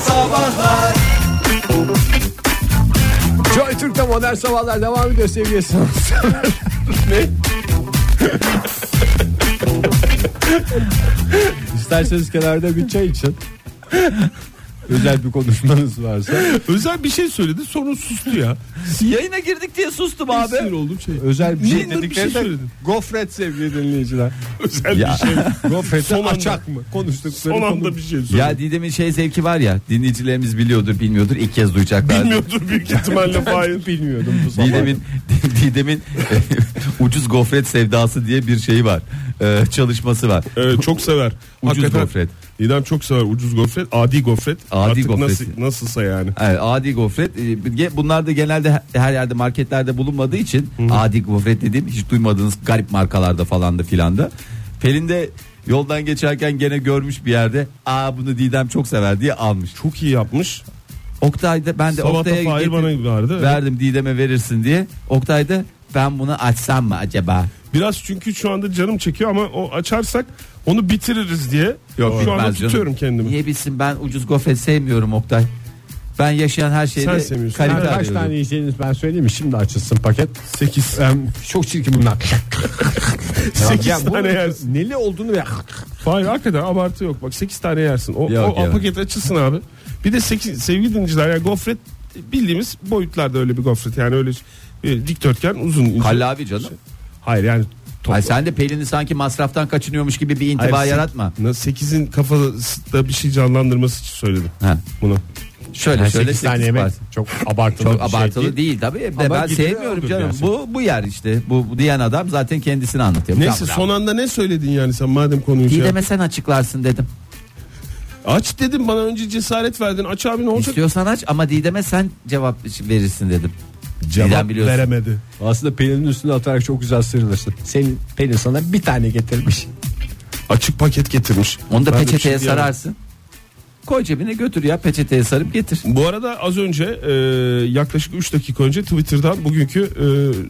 Sabahlar Joy Türk'te modern sabahlar devam ediyor sevgili sanatseverler. ne? İsterseniz kenarda bir çay için. Özel bir konuşmanız varsa. Özel bir şey söyledi sonra sustu ya. Yayına girdik diye sustum abi Sinir oldum şey. Özel bir şey Niye bir şey dedikleri de söyledin? gofret sevgili dinleyiciler. Özel Ya. bir şey. Son Gofret'i anda- açak mı? Konuştukları Son konu- anda bir şey söyledi. Ya Didem'in şey zevki var ya dinleyicilerimiz biliyordur bilmiyordur ilk kez duyacaklar. Bilmiyordur büyük ihtimalle Fahir. Bilmiyordum bu sabah. Didem'in Didem'in e, ucuz gofret sevdası diye bir şeyi var. Ee, çalışması var. Ee, çok sever. Ucuz Hakikaten gofret. İdem çok sever ucuz gofret. Adi gofret. Adi Artık gofret. Nasıl, nasılsa yani. Evet, E, adi gofret. Ee, ge- Bunlar da genelde he- her yerde marketlerde bulunmadığı için adi gofret dediğim hiç duymadığınız garip markalarda falan da filan da. Pelin de yoldan geçerken gene görmüş bir yerde aa bunu Didem çok sever diye almış. Çok iyi yapmış. Oktay'da ben de Sabah da Oktay'a Fahir getir- bana verdi. verdim Didem'e verirsin diye. Oktay'da ben bunu açsam mı acaba? Biraz çünkü şu anda canım çekiyor ama o açarsak onu bitiririz diye. Yok, şu anda bitmez canım. tutuyorum kendimi. Niye bilsin ben ucuz gofret sevmiyorum Oktay. Ben yaşayan her şeyde Sen seviyorsun. kalite Yani kaç arıyorum. tane yiyeceğiniz ben söyleyeyim mi? Şimdi açılsın paket. 8. çok çirkin bunlar. Sekiz bunun tane yersin. Neli olduğunu ve Hayır hakikaten abartı yok. Bak 8 tane yersin. O, Yok o ya. paket açılsın abi. Bir de 8, sevgili dinleyiciler ya gofret bildiğimiz boyutlarda öyle bir gofret. Yani öyle e, dikdörtgen uzun. ince. Kallavi canım. Hayır yani top. Ay sen de Pelin'i sanki masraftan kaçınıyormuş gibi bir intiba yaratma. 8'in kafasında bir şey canlandırması için söyledim Ha. bunu. Şöyle şöyle Sekiz tane sekiz yemek parça. çok abartılı Çok bir şey abartılı değil. değil, tabii. Bir de Ama ben gidiliyor sevmiyorum odur canım. yani. Bu bu yer işte. Bu, bu diyen adam zaten kendisini anlatıyor. Neyse Bravo, son bravo. anda ne söyledin yani sen madem konuyu şey Didem'e sen açıklarsın dedim. Aç dedim bana önce cesaret verdin. Aç abi ne olacak? İstiyorsan aç ama Didem'e sen cevap verirsin dedim. Didem biliyorsun. veremedi. Aslında Pelin'in üstüne atarak çok güzel sıyrılırsın. Senin Pelin sana bir tane getirmiş. Açık paket getirmiş. Onu da Ben de peçeteye şimdi yani- sararsın. Koy cebine götür ya peçeteye sarıp getir. Bu arada az önce e, yaklaşık 3 dakika önce Twitter'dan bugünkü e,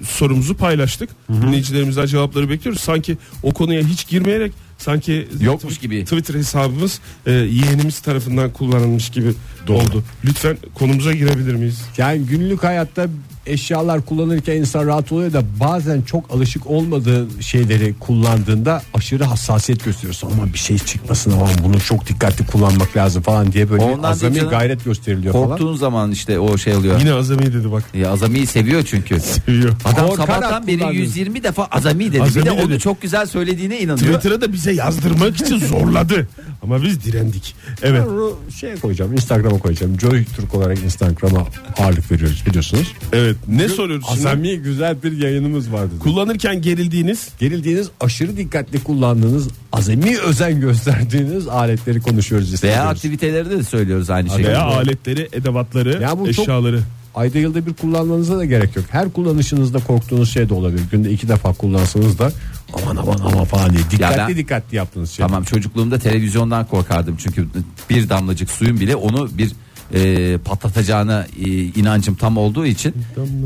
sorumuzu paylaştık. Dinleyicilerimizden cevapları bekliyoruz. Sanki o konuya hiç girmeyerek sanki Yokmuş Tw- gibi. Twitter hesabımız e, yeğenimiz tarafından kullanılmış gibi oldu. Lütfen konumuza girebilir miyiz? Yani günlük hayatta eşyalar kullanırken insan rahat oluyor da bazen çok alışık olmadığı şeyleri kullandığında aşırı hassasiyet gösteriyorsun. Ama bir şey çıkmasın ama bunu çok dikkatli kullanmak lazım falan diye böyle bir Ondan değil azami canım. gayret gösteriliyor falan. Korktuğun zaman işte o şey oluyor. Yine Azami dedi bak. Ya Azami'yi seviyor çünkü. Seviyor. Adam Korkarak sabahtan beri kullanıyor. 120 defa Azami dedi. Azami bir de onu dedi. çok güzel söylediğine inanıyor. Twitter'a da bize yazdırmak için zorladı. Ama biz direndik. Evet. Ben onu şeye koyacağım Instagram'a koyacağım. Joy Türk olarak Instagram'a ağırlık veriyoruz biliyorsunuz. Evet. Ne soruyoruz? şimdi? Azami güzel bir yayınımız vardı. Kullanırken gerildiğiniz Gerildiğiniz aşırı dikkatli kullandığınız azami özen gösterdiğiniz aletleri konuşuyoruz Veya istiyoruz. aktiviteleri de söylüyoruz aynı şekilde. veya aletleri, edevatları, Ya bu çok- eşyaları. Ayda yılda bir kullanmanıza da gerek yok. Her kullanışınızda korktuğunuz şey de olabilir. Günde iki defa kullansanız da aman aman aman falan diye. Dikkatli ben- dikkatli yaptığınız şey. Tamam çocukluğumda televizyondan korkardım çünkü bir damlacık suyun bile onu bir e, patlatacağına e, inancım tam olduğu için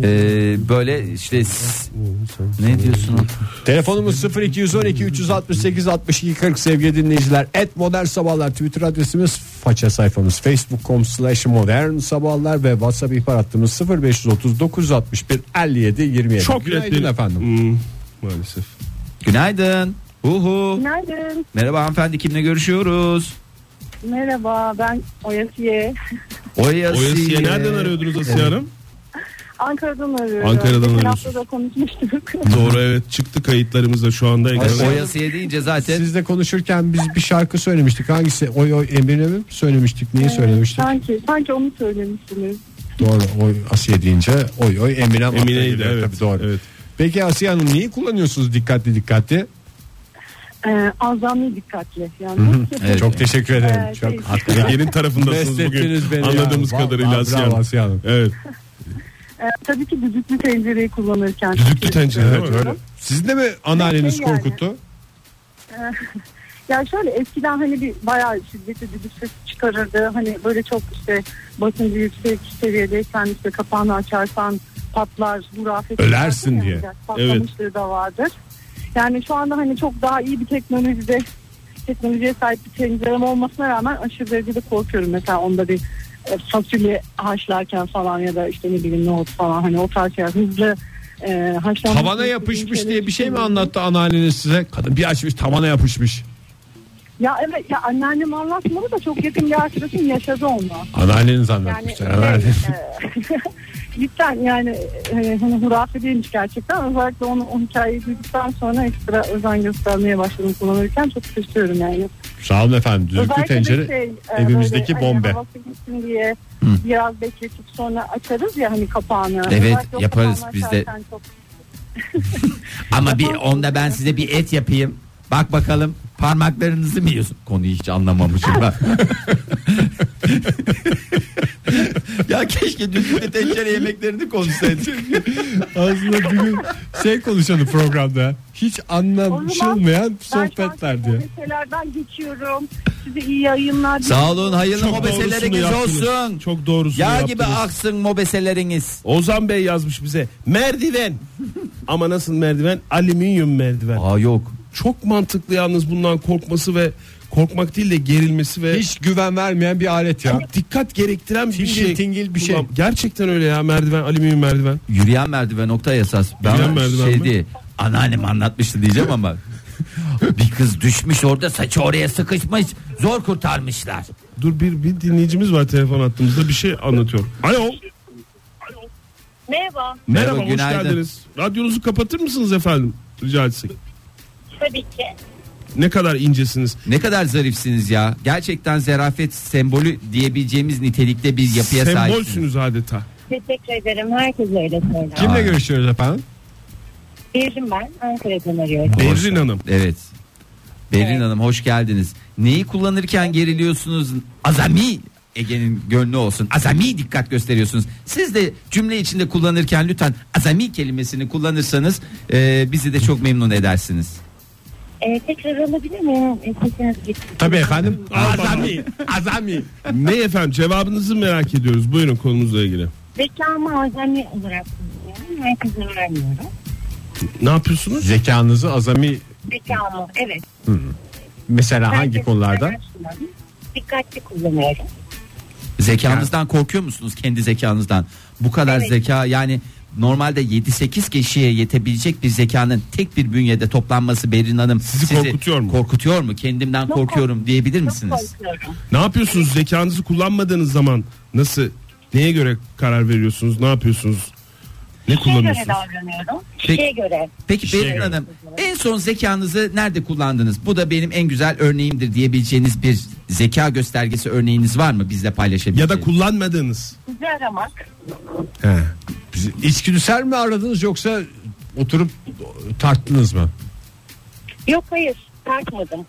e, böyle işte s- ne diyorsun? Telefonumuz 0212 368 62 40 sevgili dinleyiciler. Et modern sabahlar Twitter adresimiz faça sayfamız facebook.com slash modern sabahlar ve whatsapp ihbar hattımız 0539 61 57 27. Çok Günaydın reddedildi. efendim. Hmm, maalesef. Günaydın. Uhu. Günaydın. Merhaba hanımefendi kimle görüşüyoruz? Merhaba ben Oyasiye. Oyasiye. Oyasiye nereden arıyordunuz Asiye Hanım? Ankara'dan arıyorum. Ankara'dan Geçen arıyorsun. hafta da konuşmuştuk. Doğru evet çıktı kayıtlarımızda şu anda ekrana. E, Oyasiye deyince zaten Sizle konuşurken biz bir şarkı söylemiştik. Hangisi? Oy oy Emine mi söylemiştik? Neyi söylemiştik? sanki, sanki onu söylemişsiniz. Doğru. Oy Asiye deyince oy oy Eminem. akla Emine'ydi geliyor. evet. Tabii doğru. Evet. Peki Asiye Hanım neyi kullanıyorsunuz dikkatli dikkatli? Ee, azami dikkatli. Yani Evet. Çok teşekkür ederim. Evet, Çok değil. Ege'nin tarafındasınız bugün. Meslettiniz beni ya. Anladığımız Vallahi kadarıyla Asiye bravo Hanım. Asiye Hanım. Evet. e, tabii ki düdüklü tencereyi kullanırken. Ee, Düdüklü tencere Evet, değil mi? öyle. Sizin de mi anneanneniz Yani. korkuttu? Ya şöyle eskiden hani bir bayağı şiddetli düdük sesi çıkarırdı. Hani böyle çok işte basıncı yüksek seviyedeyken işte kapağını açarsan patlar, hurafet. Ölersin Yani diye. Patlamışlığı da vardır. Yani şu anda hani çok daha iyi bir teknolojide teknolojiye sahip bir tencerem olmasına rağmen aşırı derecede korkuyorum. Mesela onda bir e, fasulye haşlarken falan ya da işte ne bileyim nohut falan hani o tarz şeyler hızlı e, haşlanmış. Tavana yapışmış diye bir şey mi anlattı anneanneniz size? Kadın bir açmış tavana yapışmış. Ya evet ya anneannem anlatmadı da çok yakın bir arkadaşım yaşadı onu. Anneanneniz Yani anlatmışlar. şey, herhalde. e, cidden yani e, hani hurafe değilmiş gerçekten. Özellikle onu o hikayeyi duyduktan sonra ekstra özen göstermeye başladım kullanırken çok şaşırıyorum yani. Sağ olun efendim. Düdüklü Özellikle de tencere şey, e, evimizdeki böyle, hani bombe. havası gitsin diye biraz bekletip sonra açarız ya hani kapağını. Evet, Özellikle o yaparız kapağını biz de. açarken çok- Ama bir onda ben size bir et yapayım. Bak bakalım parmaklarınızı mı yiyorsun? Konuyu hiç anlamamışım ben. ya keşke düdüklü tencere yemeklerini konuşsaydık. Aslında bir gün şey konuşalım programda. Hiç anlaşılmayan Ben şu an sohbetler çok diye. Mobeselerden geçiyorum. Size iyi yayınlar. Sağ olun hayırlı Çok doğrusunu mobeseleriniz yaptınız. olsun. Çok doğrusunu Yağ yaptınız. gibi aksın mobeseleriniz. Ozan Bey yazmış bize. Merdiven. Ama nasıl merdiven? Alüminyum merdiven. Aa yok. Çok mantıklı yalnız bundan korkması ve korkmak değil de gerilmesi ve Hiç güven vermeyen bir alet ya. çok dikkat gerektiren bir Tingil şey. tingil bir şey. Ulan Gerçekten öyle ya merdiven, alüminyum merdiven. Yürüyen merdiven nokta esas. Ben Yürüyen merdiven mi? şeydi anneannem anlatmıştı diyeceğim ama. bir kız düşmüş orada saçı oraya sıkışmış. Zor kurtarmışlar. Dur bir, bir dinleyicimiz var telefon attığımızda bir şey anlatıyor. Alo. Merhaba. Merhaba, Merhaba, hoş günaydın. geldiniz. Radyonuzu kapatır mısınız efendim? Rica etsek. Tabii ki. Ne kadar incesiniz. Ne kadar zarifsiniz ya. Gerçekten zerafet sembolü diyebileceğimiz nitelikte bir yapıya sahipsiniz. Sembolsünüz adeta. Teşekkür ederim. Herkes öyle söyler. Kimle görüşüyoruz efendim? Değilim ben. Ankara'dan arıyorum. Berrin Hanım. Evet. Berrin Evet. Hanım hoş geldiniz. Neyi kullanırken geriliyorsunuz? Azami Ege'nin gönlü olsun. Azami dikkat gösteriyorsunuz. Siz de cümle içinde kullanırken lütfen azami kelimesini kullanırsanız e, bizi de çok memnun edersiniz. Ee, tekrar alabilir miyim? Ee, Sesiniz gitti. Tabii efendim. Azami. Azami. ne efendim cevabınızı merak ediyoruz. Buyurun konumuzla ilgili. Zekamı azami olarak kullanıyorum. Herkese vermiyorum. Ne yapıyorsunuz? Zekanızı azami Zekamı evet. mesela hangi Herkese konularda? vermez kullanıyorum. Dikkatli kullanıyorum. Zekanızdan korkuyor musunuz kendi zekanızdan? Bu kadar Evet. zeka yani normalde 7-8 kişiye yetebilecek bir zekanın tek bir bünyede toplanması Berin Hanım sizi, korkutuyor mu? Korkutuyor mu? Kendimden korkuyorum diyebilir Çok misiniz? korkuyorum. Ne yapıyorsunuz? Zekanızı kullanmadığınız zaman nasıl neye göre karar veriyorsunuz? Ne yapıyorsunuz? Ne Kişiye göre kullanıyorsunuz? davranıyorum. Kişiye göre. Peki şeye Berin göre. Hanım en son zekanızı nerede kullandınız? Bu da benim en güzel örneğimdir diyebileceğiniz bir zeka göstergesi örneğiniz var mı bizle Ya paylaşabileceğiniz? da kullanmadığınız. Sizi aramak. He. Bizi içgüdüsel mi aradınız yoksa oturup tarttınız mı? Yok hayır. Tartmadım.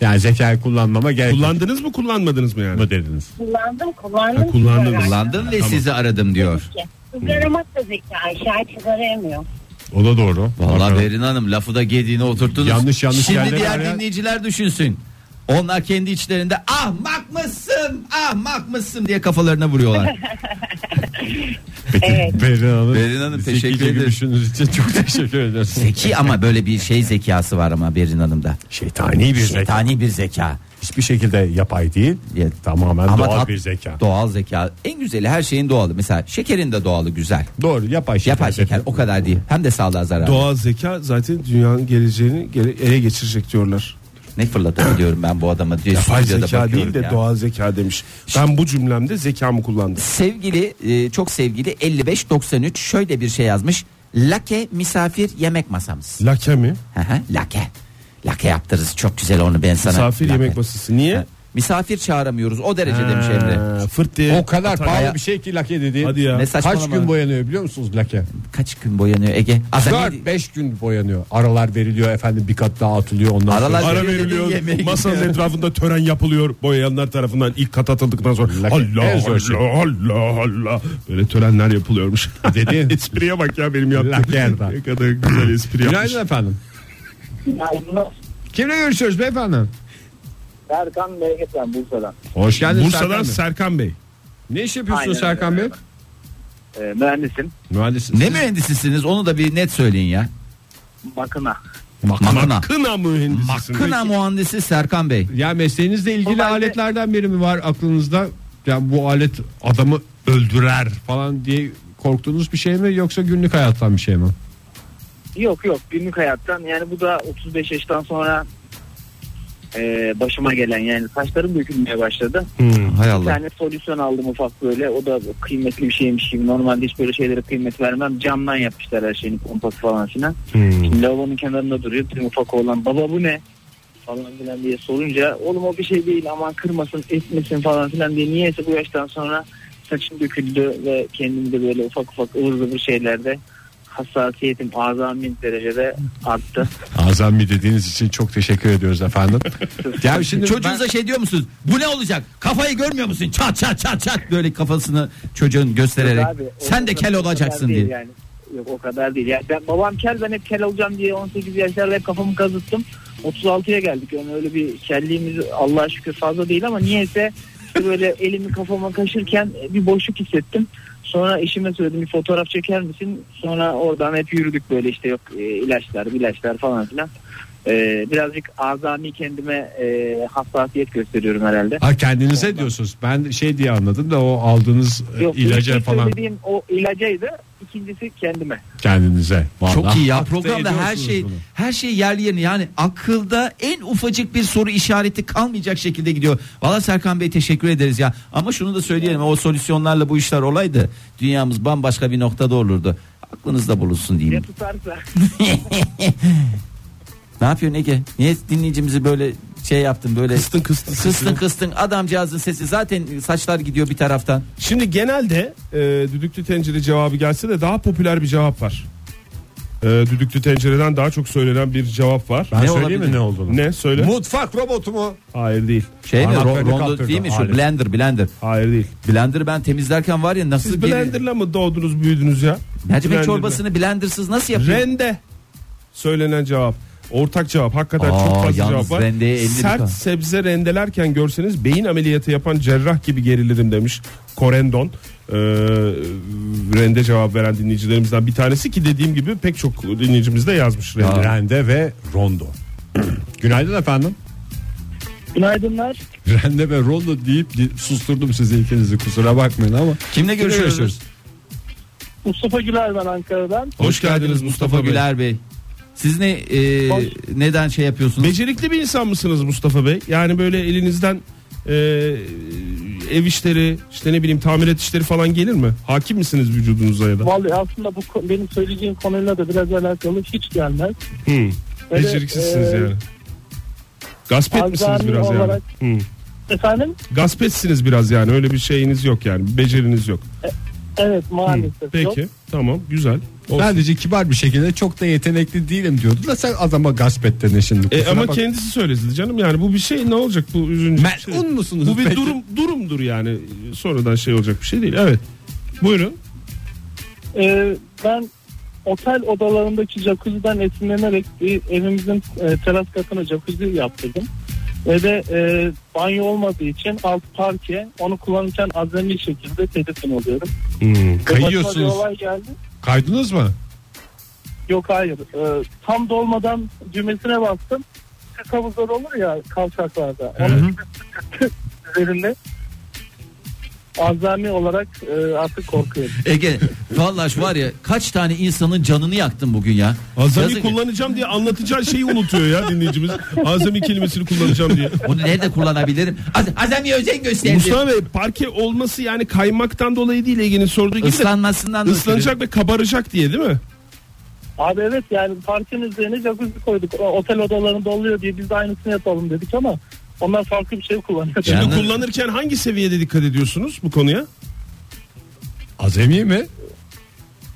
Yani zekayı kullanmama gerek Kullandınız mı kullanmadınız mı yani? mı dediniz? Kullandım kullandım. Ha, kullandın, sizi aramak. kullandım ve sizi aradım diyor. Ki. Sizi aramak da zeka. Şahit arayamıyor. O da doğru. Vallahi Berin Hanım lafı da gediğine oturttunuz. Yanlış yanlış Şimdi yerlere diğer arayan- dinleyiciler düşünsün. Onlar kendi içlerinde ahmak mısın ahmak mısın diye kafalarına vuruyorlar. Peki Evet. Berin Hanım, Berin Hanım, bizi teşekkür iki ederiz. gülüşünüz için çok teşekkür ederiz. Zeki ama böyle bir şey zekası var ama Berin Hanım'da. Şeytani bir zeka. Şeytani bir zeka. Hiçbir şekilde yapay değil. Ya- Tamamen Ama doğal tat- bir zeka. Doğal zeka. En güzeli her şeyin doğalı. Mesela şekerin de doğalı güzel. doğru yapay şey. şeker. Yapay şeker o kadar değil. Hem de sağlığa zararlı. Doğal zeka zaten dünyanın geleceğini gele- ele geçirecek diyorlar. ne fırlatıyorum diyorum ben bu adama diye. Yapay stüdyoda zeka değil bakıyorum de ya. doğal zeka demiş. Ben bu cümlemde zekamı kullandım. Sevgili e, çok sevgili 5593 şöyle bir şey yazmış. Lake misafir yemek masamız. Lake mi? Hı hı, Lake. Lake yaptırırız çok güzel onu ben sana. Misafir Lake. yemek masası. Niye? Misafir çağıramıyoruz o derece demiş Emre. Ha, Fırt diye. O kadar Atar- pahalı bir şey ki lake dediğin. Hadi ya. Ne saçmalama. Kaç gün boyanıyor biliyor musunuz lake? Kaç gün boyanıyor Ege? Azami- 4-5 gün boyanıyor. Aralar veriliyor efendim bir kat daha atılıyor ondan Aralar- sonra. Ara Yemeğe veriliyor. gidiyor. Masanın etrafında tören yapılıyor. Boyayanlar tarafından ilk kat atıldıktan sonra Lake- Allah en zor şey. Allah Allah Allah böyle törenler yapılıyormuş. Dedi. Espriye bak ya benim Lake yaptığım. Erdoğan. ne kadar güzel espri yapmış. Günaydın efendim. Kimle görüşüyoruz beyefendi? Serkan Bey ben Bursa'dan. Hoş geldiniz Bursa'dan Serkan Bey. Serkan Bey. Ne iş yapıyorsunuz Aynen Serkan Bey? öyle. Ee, mühendisim. Mühendisiniz. Ne mühendisisiniz onu da bir net söyleyin ya. Makina. Makına. Kına mühendisisin. Makına Peki. mühendisi Serkan Bey. Ya mesleğinizle ilgili Normalde- aletlerden biri mi var aklınızda? Yani bu alet adamı öldürer falan diye korktuğunuz bir şey mi yoksa günlük hayattan bir şey mi? Yok yok günlük hayattan yani bu da 35 yaştan sonra e, başıma gelen yani saçlarım dökülmeye başladı. Hay Bir Allah. tane solüsyon aldım ufak böyle o da kıymetli bir şeymiş gibi normalde hiç böyle şeylere kıymet vermem camdan yapmışlar her şeyin pompası falan filan. Şimdi lavabonun kenarında duruyor bizim ufak oğlan baba bu ne falan filan diye sorunca oğlum o bir şey değil aman kırmasın etmesin falan filan diye niyeyse bu yaştan sonra saçım döküldü ve kendimi de böyle ufak ufak ıvır zıvır şeylerde hassasiyetim azami derecede arttı. Azami dediğiniz için çok teşekkür ediyoruz efendim. ya şimdi Çocuğunuza şey diyor musunuz? Bu ne olacak? Kafayı görmüyor musun? Çat çat çat çat böyle kafasını çocuğun göstererek. Yok abi, o Sen de kadar- kel o kadar olacaksın değil diye. Yani. Yok o kadar değil. Yani ben, babam kel ben hep kel olacağım diye 18 yaşlarda hep kafamı kazıttım. 36'ya geldik. Yani öyle bir kelliğimiz Allah'a şükür fazla değil ama niyeyse işte böyle elimi kafama kaşırken bir boşluk hissettim. Sonra eşime söyledim bir fotoğraf çeker misin? Sonra oradan hep yürüdük böyle işte yok e, ilaçlar ilaçlar falan filan. E, birazcık azami kendime e, hassasiyet gösteriyorum herhalde. Ha, kendinize diyorsunuz. Ben şey diye anladım da o aldığınız e, Yok, ilaca ilk falan Söylediğim o ilacaydı. İkincisi kendime. kendinize. Vallahi. Çok iyi ya Haklı programda her ediyorsunuz şey bunu. her şey yerli yerine yani akılda en ufacık bir soru işareti kalmayacak şekilde gidiyor. Valla Serkan Bey teşekkür ederiz ya ama şunu da söyleyelim o solüsyonlarla bu işler olaydı dünyamız bambaşka bir noktada olurdu. Aklınızda bulunsun Ya diyeyim. tutarsa. Ne yapıyorsun Ege? Niye dinleyicimizi böyle şey yaptın böyle Kıstın kıstın. kıstın kıstın adamcağızın sesi zaten saçlar gidiyor bir taraftan. Şimdi genelde e, düdüklü tencere cevabı gelse de daha popüler bir cevap var. E, düdüklü tencereden daha çok söylenen bir cevap var. Ben Ne söyleyeyim mi olabilir? ne olduğunu? Ne söyle? Mutfak robotu mu? Hayır değil. Şey mi? Parmaklarını Ro- Rondo kaptırdı. değil mi şu Hayır. blender blender. Hayır değil. Blender'ı ben temizlerken var ya nasıl Siz bir blenderla mı doğdunuz büyüdünüz ya? mercimek Blenderla. çorbasını blendersız nasıl yapıyorsun? Rende söylenen cevap. Ortak cevap hakikaten Aa, çok fazla yalnız cevap var. rendeye elli Sert lira. sebze rendelerken görseniz beyin ameliyatı yapan cerrah gibi geriledim demiş Korendon. Ee, rende cevap veren dinleyicilerimizden bir tanesi ki dediğim gibi pek çok dinleyicimiz de yazmış rende. Rende ve rondo. Günaydın efendim. Günaydınlar. Rende ve rondo deyip di- susturdum sizi ikinizi kusura bakmayın ama. Kimle görüşüyoruz? Mustafa Güler ben Ankara'dan. Hoş, geldiniz Mustafa, Bey. Güler Bey. Siz ne e, Hoş. neden şey yapıyorsunuz? Becerikli bir insan mısınız Mustafa Bey? Yani böyle elinizden e, ev işleri işte ne bileyim tamirat işleri falan gelir mi? Hakim misiniz vücudunuza ya da? Vallahi aslında bu ko- benim söyleyeceğim konuyla da biraz alakalı hiç gelmez. Hmm. Böyle, Beceriksizsiniz e, yani. Gasp etmişsiniz azami biraz olarak- yani. Hmm. Efendim? Gasp etsiniz biraz yani öyle bir şeyiniz yok yani bir beceriniz yok. Evet maalesef. yok. Peki tamam güzel. Olsun. Sadece kibar bir şekilde çok da yetenekli değilim diyordu da sen adama gasp ettin şimdi. E, kusura ama bak- kendisi söyledi canım yani bu bir şey ne olacak bu üzüncü bir şey. Melun musunuz? Bu bir peki? durum durumdur yani sonradan şey olacak bir şey değil evet. Buyurun. Ee, ben otel odalarındaki jacuzzi'den esinlenerek bir evimizin e, teras katına jacuzzi yaptırdım. Ve de e, banyo olmadığı için alt parke onu kullanırken azami şekilde tedirgin oluyorum. Hmm. Ve başıma bir Kayıyorsunuz. olay geldi. Kaydınız mı? Yok hayır. Ee, tam dolmadan düğmesine bastım. Sırt havuzlar olur ya kavşaklarda. Onun üzerinde azami olarak e, artık korkuyorum. Ege vallahi şu var ya kaç tane insanın canını yaktın bugün ya. Azami Yazık. kullanacağım diye anlatacağı şeyi unutuyor ya dinleyicimiz. Azami kelimesini kullanacağım diye. Onu nerede kullanabilirim? Az, Azami özen gösterdi. Mustafa Bey parke olması yani kaymaktan dolayı değil Ege'nin sorduğu gibi de Islanmasından dolayı. ıslanacak ve kabaracak diye değil mi? Abi evet yani parkın üzerine jacuzzi koyduk. O- Otel odalarında oluyor diye biz de aynısını yapalım dedik ama onlar farklı bir şey kullanıyor. Ya. Yani- Şimdi kullanırken hangi seviyede dikkat ediyorsunuz bu konuya? Azami mi?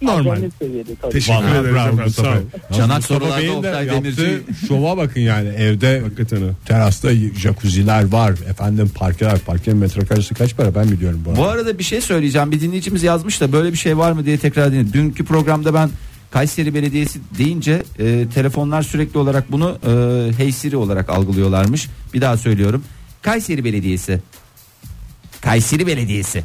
Normal. Azami seviyede tabii. Teşekkür Vallahi ederiz bravo efendim, Mustafa sağ Bey. olun. Yalnız Çanak Mustafa sorularda Bey'in de Oktay yaptığı Demirci- Şova bakın yani evde Hakikaten ha. terasta jacuzziler var. Efendim parkeler. Parkenin metrekaresi kaç para ben biliyorum bu. Bu arada. arada bir şey söyleyeceğim. Bir dinleyicimiz yazmış da böyle bir şey var mı diye tekrar dinledim. Dünkü programda ben Kayseri Belediyesi deyince e, telefonlar sürekli olarak bunu e, Hey Siri olarak algılıyorlarmış. Bir daha söylüyorum. Kayseri Belediyesi. Kayseri Belediyesi.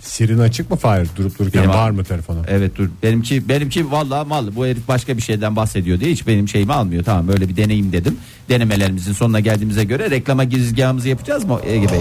Sirin açık mı Fahir durup dururken Benim- var mı telefona? Evet dur. Benimki benimki vallahi mal. Bu herif başka bir şeyden bahsediyor diye hiç benim şeyimi almıyor. Tamam böyle bir deneyim dedim. Denemelerimizin sonuna geldiğimize göre reklama girizgahımızı yapacağız mı Ege Bey?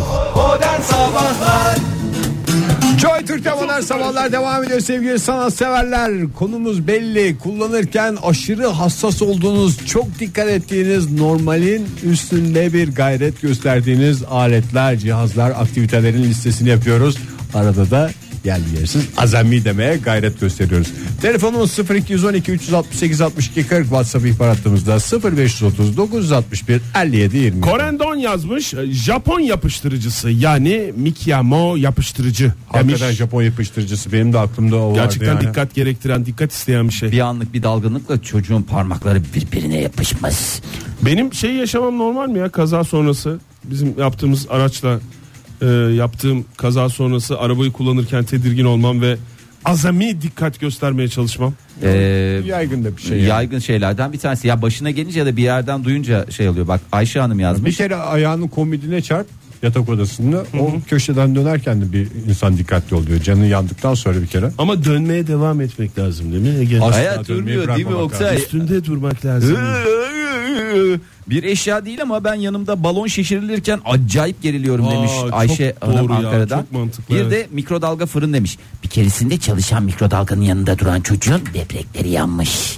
Joy Türk'te modern sabahlar devam ediyor sevgili sanatseverler. Konumuz belli. Kullanırken aşırı hassas olduğunuz, çok dikkat ettiğiniz, normalin üstünde bir gayret gösterdiğiniz aletler, cihazlar, aktivitelerin listesini yapıyoruz. Arada da yerli yersiz azami demeye gayret gösteriyoruz. Telefonumuz 0212 368 62 40 WhatsApp ihbar hattımızda 0530 961 57 20. Korendon yazmış e, Japon yapıştırıcısı yani Mikyamo yapıştırıcı demiş. Hakikaten Japon yapıştırıcısı benim de aklımda o vardı Gerçekten yani. dikkat gerektiren dikkat isteyen bir şey. Bir anlık bir dalgınlıkla çocuğun parmakları birbirine yapışmaz. Benim şey yaşamam normal mi ya kaza sonrası bizim yaptığımız araçla e, yaptığım kaza sonrası arabayı kullanırken tedirgin olmam ve azami dikkat göstermeye çalışmam. Ee, Yaygın da bir şey. yani. yaygın şeylerden bir tanesi. Ya başına gelince ya da bir yerden duyunca şey oluyor. Bak Ayşe Hanım Bir yazmış. şey- kere ayağının komodine çarp yatak odasında o köşeden dönerken de bir insan dikkatli oluyor. Canı yandıktan sonra bir kere. Ama dönmeye devam etmek lazım değil mi Ege? As- Hayat Asla dönmeyi durmuyor değil mi bırakmamak Oktay? Üstünde durmak lazım. Bir eşya değil ama ben yanımda balon şişirilirken acayip geriliyorum Aa, demiş çok Ayşe doğru Hanım ya, Ankara'dan. çok mantıklı, bir evet. de mikrodalga fırın demiş. Bir keresinde çalışan mikrodalganın yanında duran çocuğun böbrekleri yanmış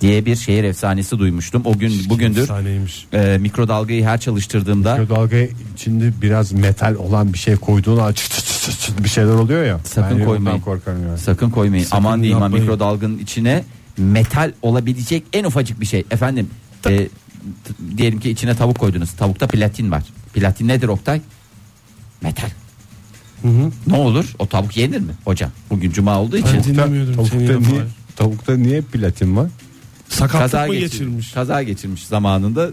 diye bir şehir efsanesi duymuştum. O gün bugündür Efsaneymiş. e, mikrodalgayı her çalıştırdığımda Dalga içinde biraz metal olan bir şey koyduğun an çıt çıt çıt çıt çıt bir şeyler oluyor ya. Sakın Ben koymayın. ondan korkarım yani. Sakın koymayın. Aman diyeyim ha, yapmayın. mikrodalganın içine metal olabilecek en ufacık bir şey. Efendim e, t- diyelim ki içine tavuk koydunuz. Tavukta platin var. Platin nedir Oktay? Metal. Ne olur? O tavuk yenir mi hocam? Bugün cuma olduğu için. Ben dinlemiyordum Tavukta seni ya, niye, Fahir. tavukta niye platin var? Sakatlık mı geçir- geçirmiş? Kaza geçirmiş zamanında.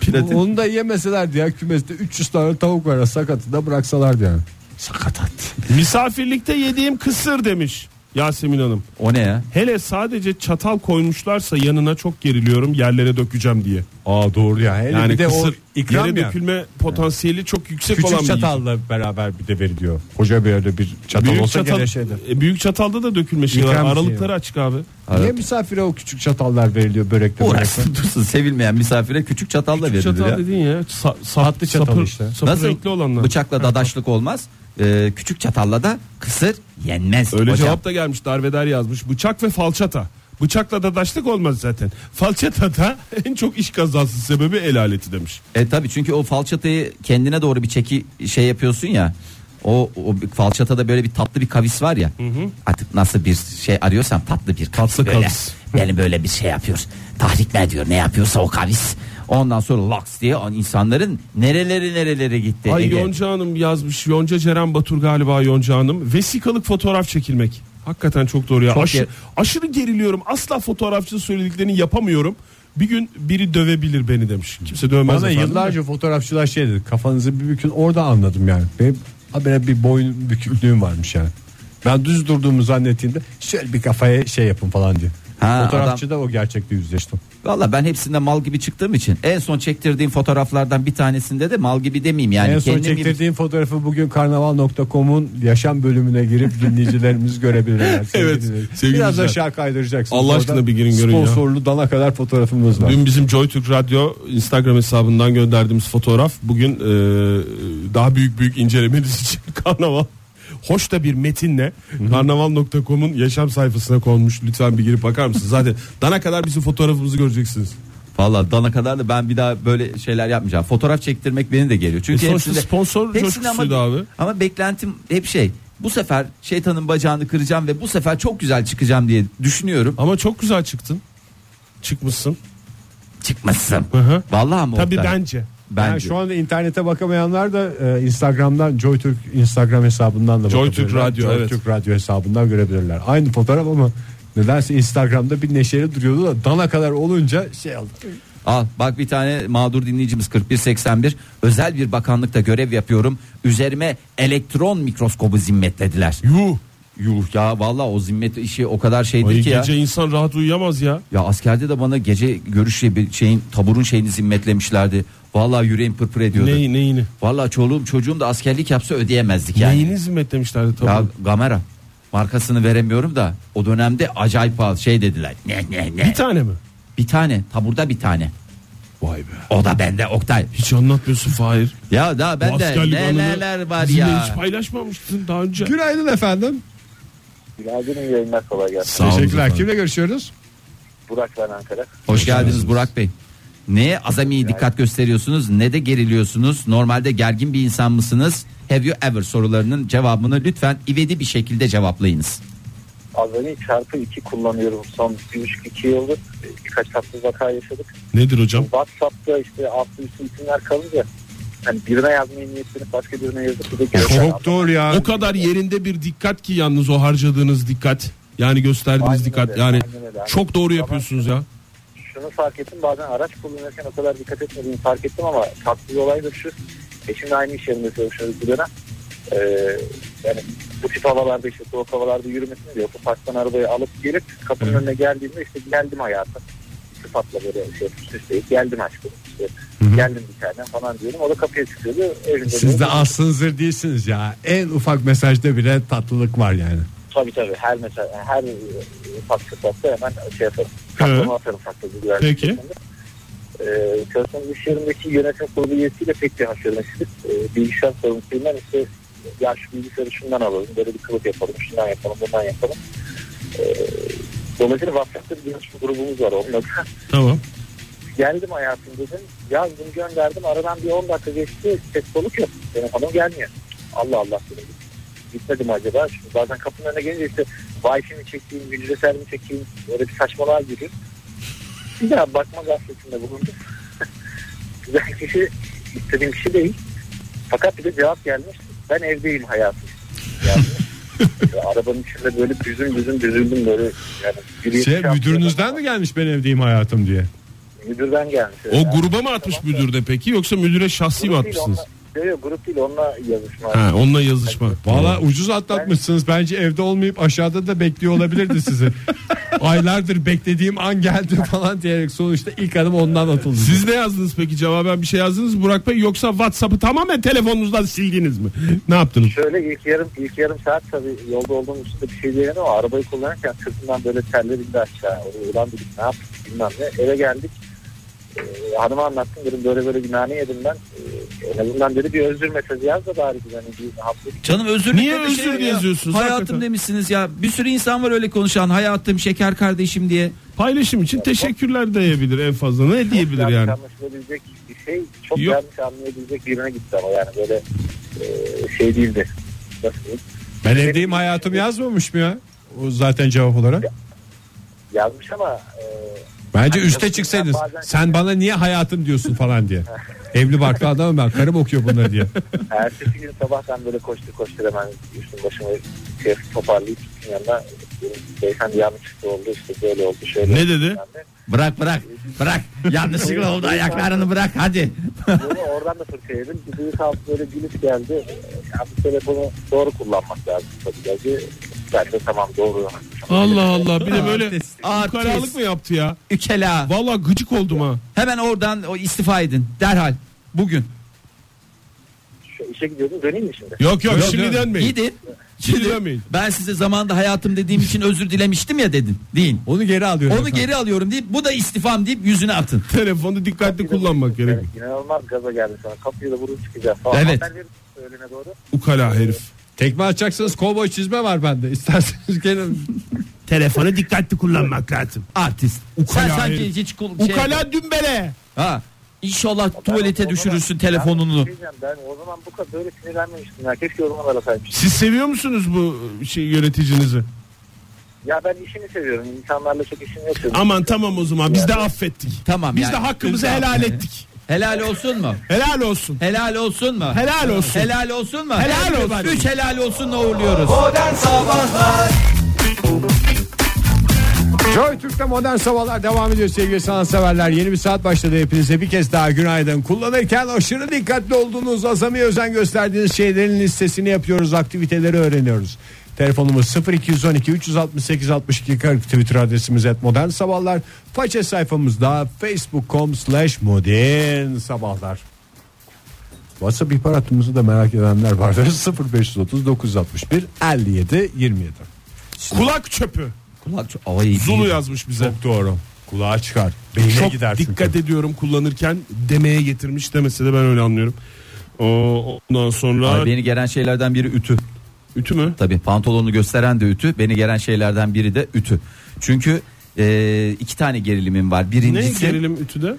Platin. Onu da yemeselerdi ya kümeste 300 tane tavuk var ya, sakatı da bıraksalardı yani. Sakatat. Misafirlikte yediğim kısır demiş Yasemin Hanım. O ne ya? Hele sadece çatal koymuşlarsa yanına çok geriliyorum yerlere dökeceğim diye. Aa doğru ya. Hele Yani bir de kısır o ikram yere ya. dökülme potansiyeli çok yüksek olan Küçük bir yiyecek. çatalla beraber bir de veriliyor. Koca böyle bir çatal Büyük, olsa çatal, gene şeyde. e, büyük çatalda da dökülme şey var. İkram bir şey Aralıkları açık abi. Niye misafire o küçük çatallar veriliyor börekte? Uğraşsın dursun sevilmeyen misafire küçük çatalla verilir çatal ya. dediğin ya. Sa, sa, Tatlı çatal işte. Nasıl renkli olanlar. bıçakla dadaşlık olmaz. Ee, küçük çatalla da kısır yenmez. Öyle hocam. cevap da gelmiş darveder yazmış. Bıçak ve falçata. Bıçakla dadaşlık olmaz zaten. Falçata da en çok iş kazası sebebi el aleti demiş. E tabii çünkü o falçatayı kendine doğru bir çeki şey yapıyorsun ya. O, o bir falçatada böyle bir tatlı bir kavis var ya. Artık nasıl bir şey arıyorsam tatlı bir kavis. Tatlı böyle. kavis. Beni böyle bir şey yapıyor. Tahrik ne diyor ne yapıyorsa o kavis. Ondan sonra laks diye o insanların nereleri nerelere gitti. Ay Ege. Yonca Hanım yazmış. Yonca Ceren Batur galiba Yonca Hanım. Vesikalık fotoğraf çekilmek. Hakikaten çok doğru ya. Çok Aşı- ger- aşırı geriliyorum. Asla fotoğrafçı söylediklerini yapamıyorum. Bir gün biri dövebilir beni demiş. Kimse dövmez Bana efendim. yıllarca fotoğrafçılar şey dedi. Kafanızı bir bükün orada anladım yani. Benim habire bir boyun büküklüğüm varmış yani. Ben düz durduğumu zannettiğimde şöyle bir kafaya şey yapın falan diye. Ha, Fotoğrafçı da o gerçekle yüzleştim. Valla ben hepsinde mal gibi çıktığım için en son çektirdiğim fotoğraflardan bir tanesinde de mal gibi demeyeyim yani en son kendim Hani gibi- çektirdiğim fotoğrafı bugün karnaval.com'un yaşam bölümüne girip dinleyicilerimiz görebilir. eğer sevgili Evet, dinleyiciler. sevgili Biraz dinleyiciler. aşağı kaydıracaksınız. Allah aşkına Orada bir girin görün ya. Sponsorlu dana kadar fotoğrafımız var. Dün bizim JoyTürk Radyo Instagram hesabından gönderdiğimiz fotoğraf bugün e, daha büyük büyük incelemeniz için karnaval hoş da bir metinle karnaval.com'un yaşam sayfasına konmuş. Lütfen bir girip bakar mısınız? Zaten dana kadar bizim fotoğrafımızı göreceksiniz. Valla dana kadar da ben bir daha böyle şeyler yapmayacağım. Fotoğraf çektirmek beni de geliyor. Çünkü E sonuçta sponsor coşkusuydu ama, abi. Ama beklentim hep şey. Bu sefer şeytanın bacağını kıracağım ve bu sefer çok güzel çıkacağım diye düşünüyorum. Ama çok güzel çıktın. Çıkmışsın. Çıkmasın. hı. Vallahi ama Tabii Oktay? bence. Bence. Yani şu anda internete bakamayanlar da e, Instagram'dan JoyTürk Instagram hesabından da JoyTürk bakabilirler. Radyo, JoyTürk Radyo hesabından görebilirler. Aynı fotoğraf ama nedense Instagram'da bir neşeli duruyordu da dana kadar olunca şey oldu. Al bak bir tane mağdur dinleyicimiz 4181 özel bir bakanlıkta görev yapıyorum. Üzerime elektron mikroskobu zimmetlediler. Yuh. Yuh ya valla o zimmet işi o kadar şeydir Ay, ki ya. gece insan rahat uyuyamaz ya. Ya askerde de bana gece görüşle bir şeyin taburun şeyini zimmetlemişlerdi. Valla yüreğim pırpır ediyordu. Neyi, neyini? Valla çoluğum çocuğum da askerlik yapsa ödeyemezdik yani. Neyini zimmet demişlerdi tabii. Ya Gamera markasını veremiyorum da o dönemde acayip pahalı şey dediler. Ne ne ne. Bir tane mi? Bir tane taburda bir tane. Vay be. O da bende Oktay. Hiç anlatmıyorsun Fahir. Ya daha Bu bende askerlik anını neler var bizimle ya. hiç paylaşmamıştın daha önce. Günaydın efendim. Günaydın iyi yayınlar kolay gelsin. Sağ olun Teşekkürler. efendim. Kimle görüşüyoruz? Burak ben Ankara. Hoş geldiniz Burak Bey. Neye azami dikkat gösteriyorsunuz ne de geriliyorsunuz. Normalde gergin bir insan mısınız? Have you ever sorularının cevabını lütfen ivedi bir şekilde cevaplayınız. Azami çarpı 2 kullanıyorum son 1,5-2 yıldır. Birkaç tatsız vaka yaşadık. Nedir hocam? Whatsapp'ta işte altı üstü isimler kalınca hani birine yazmaya niyetlenip başka birine yazıp bir de görsen Çok doğru ya. O kadar yerinde bir dikkat ki yalnız o harcadığınız dikkat. Yani gösterdiğiniz Aynen dikkat. öyle, yani aynen öyle abi. çok doğru Ama- yapıyorsunuz ya. şunu fark ettim bazen araç kullanırken o kadar dikkat etmediğimi fark ettim ama tatlı bir olay da şu. Eşimle aynı iş yerinde çalışıyoruz bir dönem. Ee, yani bu tip havalarda işte soğuk havalarda yürümesin diye otoparktan arabayı alıp gelip kapının önüne geldiğimde işte geldim hayatım. Sıfatla böyle şey süsleyip geldim aşkım. İşte geldim bir tane falan diyorum. O da kapıya çıkıyordu. Evinde Siz de diyordu, aslınızdır değilsiniz ya. En ufak mesajda bile tatlılık var yani. Tabii tabii her mesela her farklı farklı hemen şey yaparım. Evet. Katlama atarım farklı bir güvercin Peki. şeklinde. Ee, Çalışma iş yerindeki yönetim kurulu üyesiyle pek bir haşırlaştık. Ee, bilgisayar sorumlusuyla işte ya şu bilgisayarı şundan alalım, böyle bir kılıf yapalım, şundan yapalım, bundan yapalım. Ee, dolayısıyla WhatsApp'ta bir yönetim grubumuz var onunla da Tamam. geldim hayatım dedim. Yazdım gönderdim aradan bir 10 dakika geçti ses soluk yok. Benim hanım gelmiyor. Allah Allah dedim. Gitmedim acaba. Şimdi bazen kapının önüne gelince işte wifi mi çekeyim, hücresel mi çekeyim öyle bir saçmalığa giriyor. Bir daha bakma gazetesinde bulundum. Güzel kişi istediğim kişi değil. Fakat bir de cevap gelmiş. Ben evdeyim hayatım. Yani, arabanın içinde böyle büzüm büzüm büzüldüm böyle. Yani yürüyüş Şey, yaptım. müdürünüzden mi gelmiş ben evdeyim hayatım diye? Müdürden gelmiş. O gruba mı atmış müdür de peki yoksa müdüre şahsi mi Grup değil, atmışsınız? onunla- Şey Yok yok grup değil onunla yazışma. Ha, onunla yazışma. Valla ucuz atlatmışsınız. Bence evde olmayıp aşağıda da bekliyor olabilirdi sizi. Aylardır beklediğim an geldi falan diyerek sonuçta ilk adım ondan atıldı. Siz ne yazdınız peki cevaben bir şey yazdınız mı Burak Bey yoksa WhatsApp'ı tamamen telefonunuzdan sildiniz mi? Ne yaptınız? Şöyle ilk yarım ilk yarım saat tabii yolda olduğum üstünde bir şey diyemem ama arabayı kullanırken sırtından böyle terler indi aşağı. Ulan dedik ne yaptık bilmem ne. Eve geldik. Ee, hanıma anlattım dedim böyle böyle bir nane yedim ben. Ee, en azından dedi bir özür mesajı yaz da bari biz hani bir hafta Canım özür Niye dilerim, özür yok diye ya. yazıyorsunuz? Hayatım Hakikaten. demişsiniz ya. Bir sürü insan var öyle konuşan. Hayatım, şeker kardeşim diye. Paylaşım için teşekkürler diyebilir en fazla. Ne diyebilir yanlış yani? anlaşılabilecek bir şey çok Yok. yanlış anlayabilecek birine gitti ama yani böyle e, şey değildi. Nasıl diyeyim? Ben evdeyim hayatım yazmamış mı ya? O zaten cevap olarak. Yazmış ama e, Bence üste çıksaydınız. Sen bana niye hayatım diyorsun falan diye. Evli barklı adamım ben. Karım okuyor bunları diye. Ertesi gün sabah ben böyle koştur koştur hemen üstüm başımı şey, toparlayıp gittim yanına. Dedim, Beyefendi yanlışlıkla oldu işte böyle oldu şöyle. Ne oldu." dedi? bilmem ne. Bırak bırak bırak. Yanlışlıkla oldu ayaklarını bırak hadi. Böyle oradan da fırça yedim. Bir büyük alt böyle gülüş geldi. Ee, Ya bu telefonu doğru kullanmak lazım tabii ki. Ben de tamam doğru. haklısın. Allah Allah bir de böyle Artist. ukalalık mı yaptı ya? Ükela. Valla gıcık oldum ha. Hemen oradan o istifa edin. Derhal. Bugün. Şu işe gidiyordum döneyim mi şimdi? Yok yok, Yok, yok. şimdiden mi? Gidin. Şimdi Ben size zamanda hayatım dediğim için özür dilemiştim ya dedin. Deyin. Onu geri alıyorum. Onu efendim. geri alıyorum deyip bu da istifam deyip yüzüne atın. telefonu dikkatli kullanmak gerek. Yani inanılmaz gaza geldi sonra. Kapıyı da vurup çıkacağız falan. Evet. Haber verin öğlene doğru. Ukala herif. Tekme atacaksanız kovboy çizme var bende. İsterseniz gelin. Telefonu dikkatli kullanmak lazım. Artist. Ukala Sen sanki herif. hiç kul- şey- Ukala dümbele. Ha. İnşallah Ben o tuvalete zaman- düşürürsün Ben telefonunu. bir şey diyeceğim, Ben o zaman bu kadar böyle sinirlenmemiştim. Ya. Keşke o zaman arasaymıştım. Siz seviyor musunuz bu şey yöneticinizi? Ya ben işimi seviyorum. İnsanlarla çok işim yok. dedim. Aman tamam o zaman biz de affettik. Tamam Biz yani. de hakkımızı helal ettik. Helal olsun mu? Helal olsun. Helal olsun mu? Helal olsun. Helal olsun mu? Helal olsun. Üç helal olsun uğurluyoruz. Joy Türk'te modern sabahlar devam ediyor sevgili sanatseverler. Yeni bir saat başladı hepinize bir kez daha günaydın. Kullanırken aşırı dikkatli olduğunuz, azami özen gösterdiğiniz şeylerin listesini yapıyoruz, aktiviteleri öğreniyoruz. Telefonumuz 0212 368 62 40 Twitter adresimiz et modern sabahlar. Faça sayfamızda facebook.com slash modern sabahlar. WhatsApp ihbar hattımızı da merak edenler vardır. 0530 961 57 27. Kulak çöpü. Kulak çok Ay, iyi. Zulu yazmış bize. Çok doğru. Kulağa çıkar. Beyine Çok gider çünkü. dikkat ediyorum kullanırken demeye getirmiş demese de ben öyle anlıyorum. O- Ondan sonra Ay, beni gelen şeylerden biri ütü. ütü mü? Tabii pantolonu gösteren de ütü. Beni gelen şeylerden biri de ütü. Çünkü e, iki tane gerilimim var. Ne Birincisi gerilim ütüde?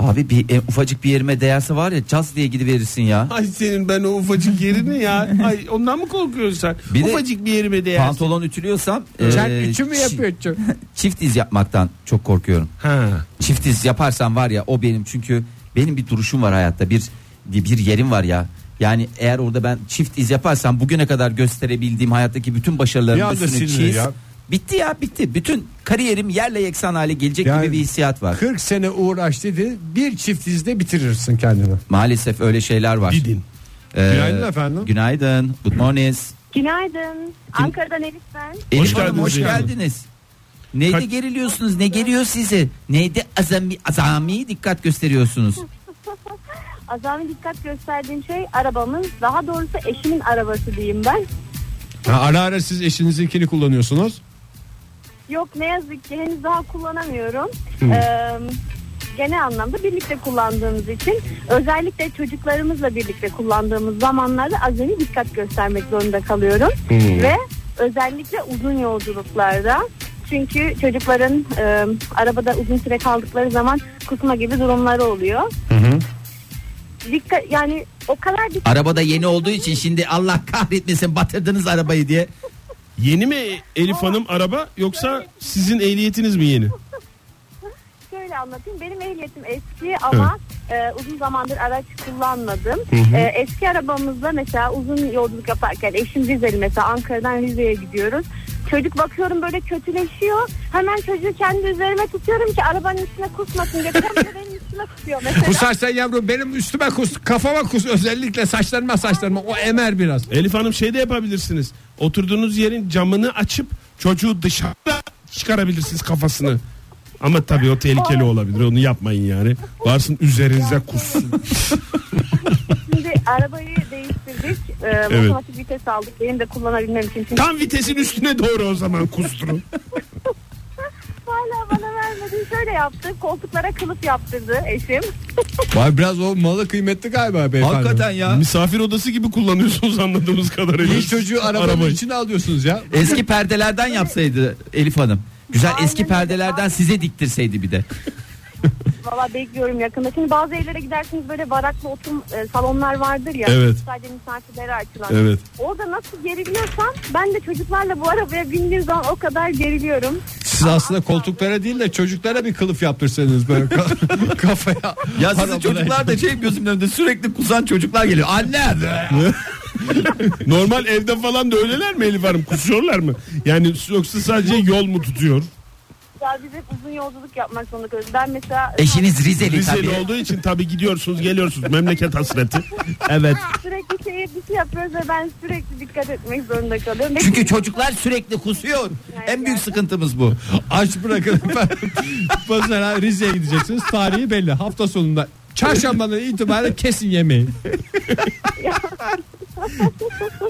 abi bir e, ufacık bir yerime değerse var ya cas diye gidiverirsin ya. Ay senin ben o ufacık yerini ya. Ay ondan mı korkuyorsun sen? Bir de ufacık bir yerime değer. Pantolon ütülüyorsam e, çi- Çift diz yapmaktan çok korkuyorum. Ha. Çift diz yaparsam var ya o benim çünkü benim bir duruşum var hayatta. Bir bir yerim var ya. Yani eğer orada ben çift iz yaparsam bugüne kadar gösterebildiğim hayattaki bütün Bir başarılarımın anda üstünü silinir çiz. ya. Bitti ya bitti. Bütün kariyerim yerle yeksan hale gelecek Yani gibi bir hissiyat var. 40 sene uğraş dedi bir çift izde bitirirsin kendini. Maalesef öyle şeyler var. Didin. Ee, Günaydın efendim. Günaydın. Good morning. Günaydın. Ankara'dan Elif ben. Elif Hanım, geldiniz hoş Elif Hanım. geldiniz. Neyde Kaç- geriliyorsunuz? Ne geliyor size? Neyde azami, azami dikkat gösteriyorsunuz? Azami dikkat gösterdiğim şey arabamın daha doğrusu eşimin arabası diyeyim ben. Ha, ara ara siz eşinizinkini kullanıyorsunuz. Yok ne yazık ki henüz daha kullanamıyorum. Ee, genel anlamda birlikte kullandığımız için özellikle çocuklarımızla birlikte kullandığımız zamanlarda azami dikkat göstermek zorunda kalıyorum. Ve özellikle uzun yolculuklarda çünkü çocukların e, arabada uzun süre kaldıkları zaman kusma gibi durumları oluyor. Dikkat yani o kadar dikkat Arabada yeni olduğu için şimdi Allah kahretmesin batırdınız arabayı diye. Yeni mi Elif Hanım araba yoksa sizin ehliyetiniz mi yeni? Şöyle anlatayım. Benim ehliyetim eski ama e, uzun zamandır araç kullanmadım. E, eski arabamızda mesela uzun yolculuk yaparken eşim Rizeli mesela Ankara'dan Rize'ye gidiyoruz. Çocuk bakıyorum böyle kötüleşiyor. Hemen çocuğu kendi üzerime tutuyorum ki arabanın üstüne kusmasın. Geçen de benim üstüme kusuyor mesela. Kusarsan yavrum benim üstüme kus kafama kus özellikle saçlarıma saçlarıma o emer biraz. Elif Hanım şey de yapabilirsiniz. Oturduğunuz yerin camını açıp çocuğu dışarıda çıkarabilirsiniz kafasını. Ama tabii o tehlikeli olabilir. Onu yapmayın yani. Varsın üzerinize kussun. Şimdi arabayı değiştirdik. E, Otomatik vites aldık. Benim de kullanabilmem için. Şimdi Tam vitesin üstüne doğru o zaman kusturun. hala bana vermedi. Şöyle yaptı. Koltuklara kılıf yaptırdı eşim. Vay biraz o malı kıymetli galiba beyefendi. Hakikaten ya. Misafir odası gibi kullanıyorsunuz anladığımız kadarıyla. Hiç çocuğu arabanın Arabayı. içine alıyorsunuz ya. Eski perdelerden yapsaydı Elif Hanım. Güzel Aynen eski öyle. perdelerden size diktirseydi bir de. Valla bekliyorum yakında. Şimdi bazı evlere gidersiniz böyle baraklı oturum e, salonlar vardır ya. Evet. Sadece misafirlere açılan. Evet. Orada nasıl geriliyorsam ben de çocuklarla bu arabaya bindiğim zaman o kadar geriliyorum. Siz aslında koltuklara değil de çocuklara bir kılıf yaptırsanız böyle ka- kafaya. Ya sizin Arabada- çocuklar da şey gözümün önünde sürekli kusan çocuklar geliyor. Anne. Normal evde falan da öyleler mi Elif Hanım? Kusuyorlar mı? Yani yoksa sadece yol mu tutuyor? Ya biz hep uzun yolculuk yapmak zorunda kalıyoruz. Ben mesela Eşiniz Rizeli, Liseli tabii. olduğu için tabii gidiyorsunuz geliyorsunuz. Memleket hasreti. Evet. sürekli şey bir şey yapıyoruz ve ben sürekli dikkat etmek zorunda kalıyorum. Ve Çünkü çocuklar sürekli kusuyor. En büyük sıkıntımız bu. Aç bırakın efendim. Mesela Rize'ye gideceksiniz. Tarihi belli. Hafta sonunda çarşambadan itibaren kesin yemeği.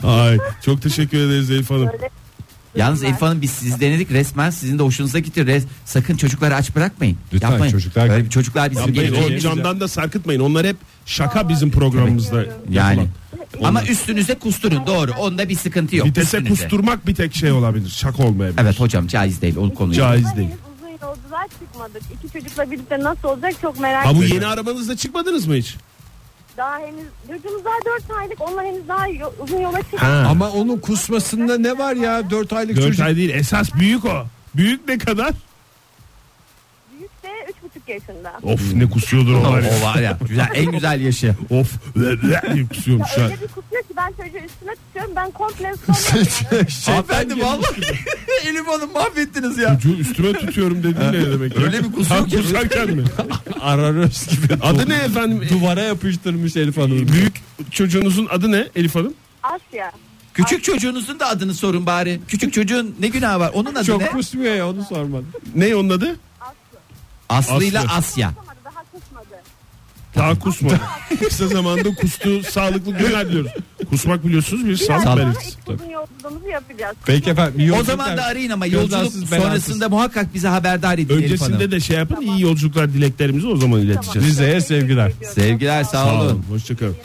Ay çok teşekkür ederiz Elif Hanım. Yalnız Elif Hanım biz siz denedik resmen sizin de hoşunuza gitti. Res- sakın çocukları aç bırakmayın. Lütfen Yapmayın. çocuklar- Böyle bir çocuklar bizim Yapmayın, geleceğimiz. o camdan da sarkıtmayın. Onlar hep şaka bizim programımızda. Yani. yapılan. Ama üstünüze kusturun doğru. Onda bir sıkıntı yok. Vitese Üstünüze. kusturmak bir tek şey olabilir. Şaka olmayabilir. Evet hocam caiz değil o konuyu. Caiz Henüz değil. uzun yolculuğa çıkmadık. İki çocukla birlikte nasıl olacak çok merak Ha bu ediyorum. yeni arabanızla çıkmadınız mı hiç? Daha henüz çocuğumuz daha 4 aylık. Onunla henüz daha yo- uzun yola çıkmadık. Ama onun kusmasında ne var ya 4 aylık 4 çocuk. ay değil esas büyük o. Büyük ne kadar? Büyük de 3,5 yaşında. Of ne kusuyordur o O var ya. var ya güzel, en güzel yaşı. Of diye kusuyormuş ha. Öyle bir kusuyor ki ben çocuğu üstüne tutuyorum. Ben komple ıslanıyorum. Şey, Hanımefendi vallahi Elif Hanım mahvettiniz ya. Çocuğu üstüme tutuyorum dediğin ne demek ya? Öyle bir kusuyor Ha, ki. kusarken mi? Ararız gibi. Adı ne efendim? Ee, Duvara yapıştırmış Elif Hanım. Büyük çocuğunuzun adı ne Elif Hanım? Asya. Küçük çocuğunuzun da adını sorun bari. Küçük çocuğun ne günahı var? Onun adı ne? Çok kusmuyor ya onu sormadım. Ne onun adı? Aslı ile Asya. Kusamadı, daha kusmadı. Daha kusmadı. Kısa zamanda kustu. Sağlıklı günler diliyoruz. Kusmak biliyorsunuz bir Biraz sağlık sonra belirtisi. ilk uzun yolculuğumuzu yapacağız. Peki efendim. O zaman da arayın ama yolculuk Kazasız, belasız. sonrasında muhakkak bize haberdar edin Elif Hanım. Öncesinde de şey yapın. iyi yolculuklar dileklerimizi o zaman ileteceğiz. Rize'ye sevgiler. Sevgiler sağ olun. Hoşçakalın.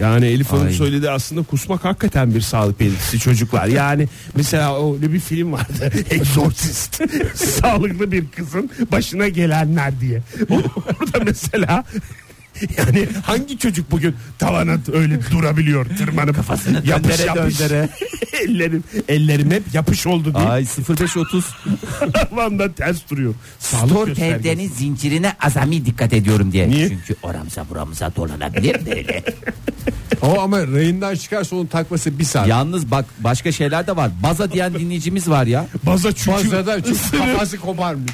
Yani Elif Hanım Ay. söyledi aslında kusmak hakikaten bir sağlık belirtisi çocuklar. Yani mesela öyle bir film vardı. Exorcist. Sağlıklı bir kızın başına gelenler diye. Orada mesela yani hangi çocuk bugün tavana öyle durabiliyor tırmanıp kafasını yapış döndere yapış. ellerim ellerim hep yapış oldu diye Ay 0530 tavanda ters duruyor. Sağlık Stor göstergesi. perdenin zincirine azami dikkat ediyorum diye. Niye? Çünkü oramsa buramıza dolanabilir böyle. O ama rayından çıkarsa onun takması bir saat. Yalnız bak başka şeyler de var. Baza diyen dinleyicimiz var ya. Baza çünkü Fazladan çünkü ısırır, kafası koparmıyor.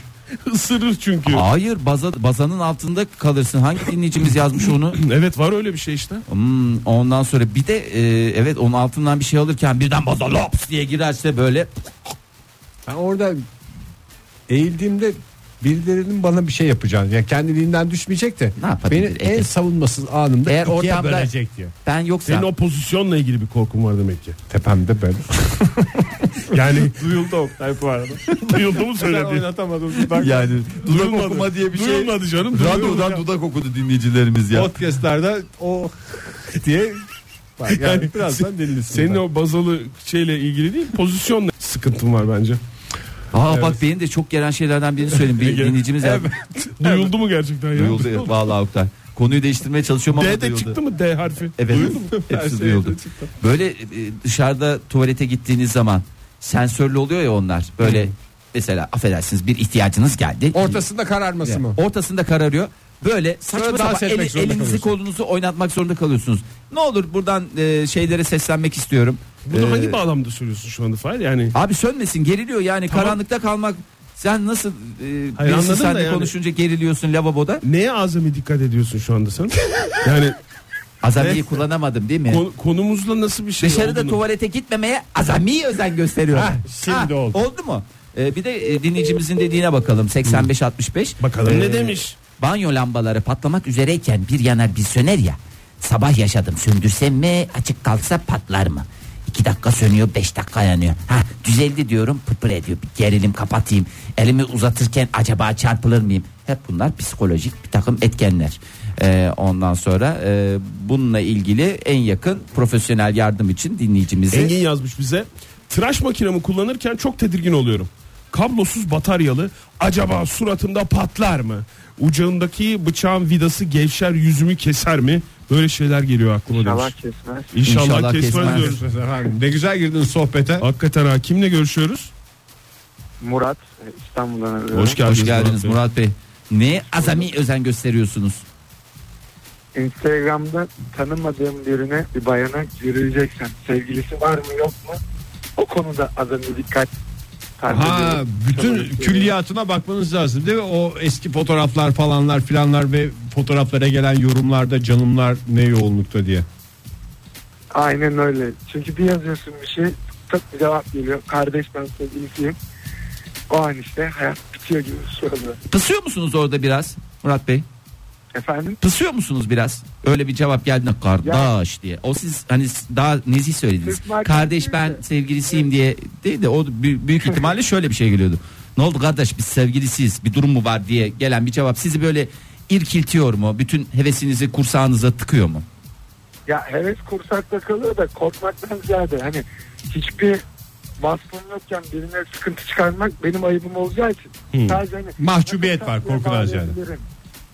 ısırır çünkü. Hayır baza, bazanın altında kalırsın. Hangi dinleyicimiz yazmış onu? Evet var öyle bir şey işte. Hmm, ondan sonra bir de e, evet onun altından bir şey alırken birden baza lops diye girerse böyle Ben orada eğildiğimde birilerinin bana bir şey yapacağını yani kendiliğinden düşmeyecek de Ne yapabilir? beni en Evet. savunmasız anımda Eğer Eğer ikiye ortamda- bölecek diye. ben yoksa E, Senin o pozisyonla ilgili bir korkun var demek ki. Tepemde böyle. Yani Duyuldu Oktay bu arada. duyuldu mu söyledi? oynatamadım. yani Duyulmadı. Duyulmadı canım. duyulmadı ya. şey- dudak okudu dinleyicilerimiz Podcast'larda o diye Bak yani, Yani birazdan delilsin. Senin o bazalı şeyle ilgili değil pozisyonla sıkıntın var bence. Aa bak benim de çok gelen şeylerden birini söyleyeyim. Bir dinleyicimiz evet. Duyuldu mu gerçekten ya? Duyuldu evet, vallahi Oktay. Konuyu değiştirmeye çalışıyorum ama D de duyuldu. çıktı mı D harfi? Evet. Duyuldu mu? Her Hepsi şey duyuldu. D çıktı. Böyle e, dışarıda tuvalete gittiğiniz zaman sensörlü oluyor ya onlar. Hmm. Böyle mesela affedersiniz bir ihtiyacınız geldi. Ortasında kararması mı? Ortasında kararıyor. Böyle saçma Sonra dans sapan etmek eli- zorunda elinizi kalıyorsun. kolunuzu oynatmak zorunda kalıyorsunuz. Ne olur buradan e, şeylere seslenmek istiyorum. Bunu Ee, hangi bağlamda söylüyorsun şu anda Fahir? Yani Abi sönmesin geriliyor yani Tamam. karanlıkta kalmak. Sen nasıl e, Hayır, birisi anladım da seninle yani. konuşunca geriliyorsun lavaboda? neye azami dikkat ediyorsun şu anda sen? Yani Azamiyi kullanamadım değil mi? kon- konumuzla nasıl bir şey Dışarıda olduğunu- tuvalete gitmemeye azami özen gösteriyor. Ha, şimdi oldu. Oldu mu? Ee, bir de e, dinleyicimizin dediğine bakalım 85-65. Bakalım Ee, ne demiş? Banyo lambaları patlamak üzereyken bir yanar bir söner ya. Sabah yaşadım söndürsem mi açık kalsa patlar mı? 2 dakika sönüyor 5 dakika yanıyor. Ha düzeldi diyorum pırpır ediyor. Bir gerilim kapatayım. Elimi uzatırken acaba çarpılır mıyım? Hep bunlar psikolojik bir takım etkenler. Ee, ondan sonra e, bununla ilgili en yakın profesyonel yardım için dinleyicimizi Engin yazmış bize. Tıraş makinemi kullanırken çok tedirgin oluyorum. Kablosuz bataryalı acaba suratımda patlar mı? Ucağındaki bıçağın vidası gevşer yüzümü keser mi? Böyle şeyler geliyor aklıma Allah demiş. kesmez. İnşallah, İnşallah kesmez, kesmez. diyoruz. Ne güzel girdin sohbete. Hakikaten ha kimle görüşüyoruz? Murat İstanbul'dan arıyorum. Hoş geldiniz, hoş geldiniz Murat Bey. Murat Bey. Ne azami özen gösteriyorsunuz? Instagram'da tanımadığım birine bir bayana girileceksen sevgilisi var mı yok mu? O konuda azami dikkat sarf Ha ediyorum. bütün Tabii ki. külliyatına bakmanız lazım değil mi? O eski fotoğraflar falanlar filanlar ve fotoğraflara gelen yorumlarda canımlar ne yoğunlukta diye. Aynen öyle. Çünkü bir yazıyorsun bir şey tık bir cevap geliyor. Kardeş ben sevgilisiyim. O an işte hayat bitiyor gibi bir şey oluyor. Pısıyor musunuz orada biraz Murat Bey? Efendim? Pısıyor musunuz biraz? Öyle bir cevap geldiğinde kardeş diye. O siz hani daha nezih söylediniz. Türk marketi Kardeş ben değil sevgilisiyim diye değil de o bü- büyük ihtimalle şöyle bir şey geliyordu. Ne oldu kardeş biz sevgilisiyiz bir durum mu var diye gelen bir cevap sizi böyle irkiltiyor mu? Bütün hevesinizi kursağınıza tıkıyor mu? Ya heves kursakta kalıyor da korkmaktan ziyade hani hiçbir vasfım yokken birine sıkıntı çıkarmak benim ayıbım olacağı için. Sadece hani Mahcubiyet nasıl var, tatlıya korkudan ziyade. bağlayabilirim?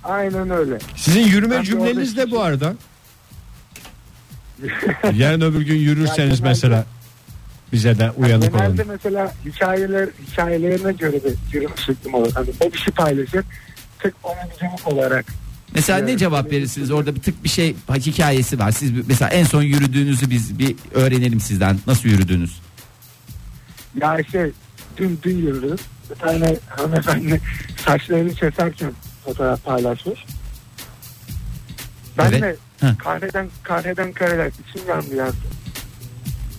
Aynen öyle. Sizin Ben yürüme de cümleniz oradaki de bu arada. Yarın öbür gün yürürseniz genelde- mesela bize de uyanık olun. Genelde mesela hikayeler hikayelerine göre de yorum şeklim olur. Hani o bir şey paylaşır. Tık onun cümle olarak. Mesela ne Evet. cevap verirsiniz? Orada bir tık bir şey hikayesi var. Siz bir- mesela en son yürüdüğünüzü biz bir öğrenelim sizden. Nasıl yürüdünüz? Ya şey dün dün yürüdüm. Bir tane hanımefendi saçlarını keserken fotoğraf paylaşmış. Ben Evet. de Hı. kahveden kahveden kareler içim yandı yazdım.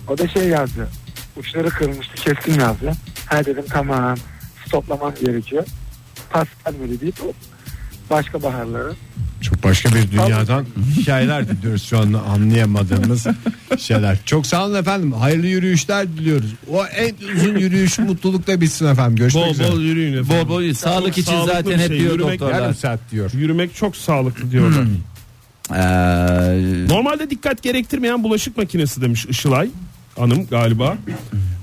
O da şey yazdı. Uçları kırmıştı keskin yazdı. Ha dedim tamam stoplamam gerekiyor. Pas vermedi deyip başka baharları. Çok başka bir dünyadan hikayeler dinliyoruz şu anda anlayamadığımız şeyler. Çok sağ olun efendim. Hayırlı yürüyüşler diliyoruz. O en uzun yürüyüş mutlulukla bitsin efendim. Görüşmek Bol üzere. bol yürüyün efendim. Bol bol sağlık için sağlıklı zaten bir hep şey. diyor Yürümek doktorlar. Yarım saat diyor. Yürümek çok sağlıklı diyorlar. Ee, Normalde dikkat gerektirmeyen bulaşık makinesi demiş Işılay Hanım galiba.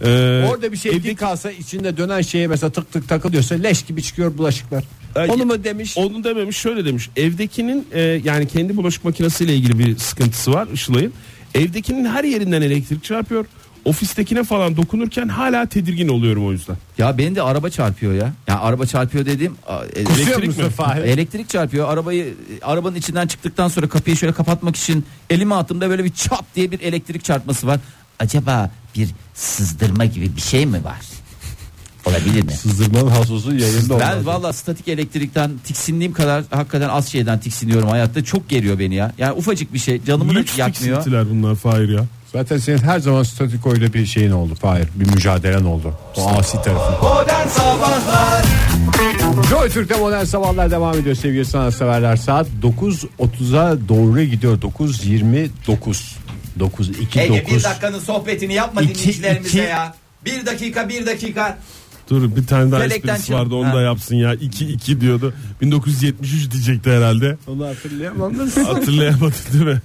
Ee, Orada bir şey evde kalsa içinde dönen şeye mesela tık tık takılıyorsa leş gibi çıkıyor bulaşıklar. Ay- Onu mu demiş? Onu dememiş şöyle demiş. Evdekinin e, yani kendi bulaşık makinesiyle ilgili bir sıkıntısı var Işılay'ın. Evdekinin her yerinden elektrik çarpıyor. Ofistekine falan dokunurken hala tedirgin oluyorum o yüzden. ya beni de araba çarpıyor ya. Yani araba çarpıyor dediğim a, e, elektrik musun mi? Fahir? Elektrik çarpıyor. Arabayı arabanın içinden çıktıktan sonra kapıyı şöyle kapatmak için elimi attığımda böyle bir çat diye bir elektrik çarpması var. Acaba bir sızdırma gibi bir şey mi var? Olabilir mi? Sızdırmanın hasosu yayında Ben valla statik elektrikten tiksindiğim kadar hakikaten az şeyden tiksiniyorum hayatta. Çok geriyor beni ya. Yani ufacık bir şey canımı da Lüks yakmıyor. tiksintiler bunlar Fahir ya. Zaten senin her zaman statikoyla bir şeyin oldu. Hayır bir mücadelen oldu. O asi tarafın. Joy Türk'te modern sabahlar devam ediyor sevgili sanatseverler. Saat 9.30'a doğru gidiyor. 9.29. 9.29. Ege bir dakikanın sohbetini yapma İki, dinleyicilerimize iki. ya. Bir dakika bir dakika. Dur bir tane daha Felekten esprisi çal- vardı onu Ha. da yapsın ya. 2-2 diyordu. 1973 diyecekti herhalde. Onu hatırlayamam da Hatırlayamadı değil mi?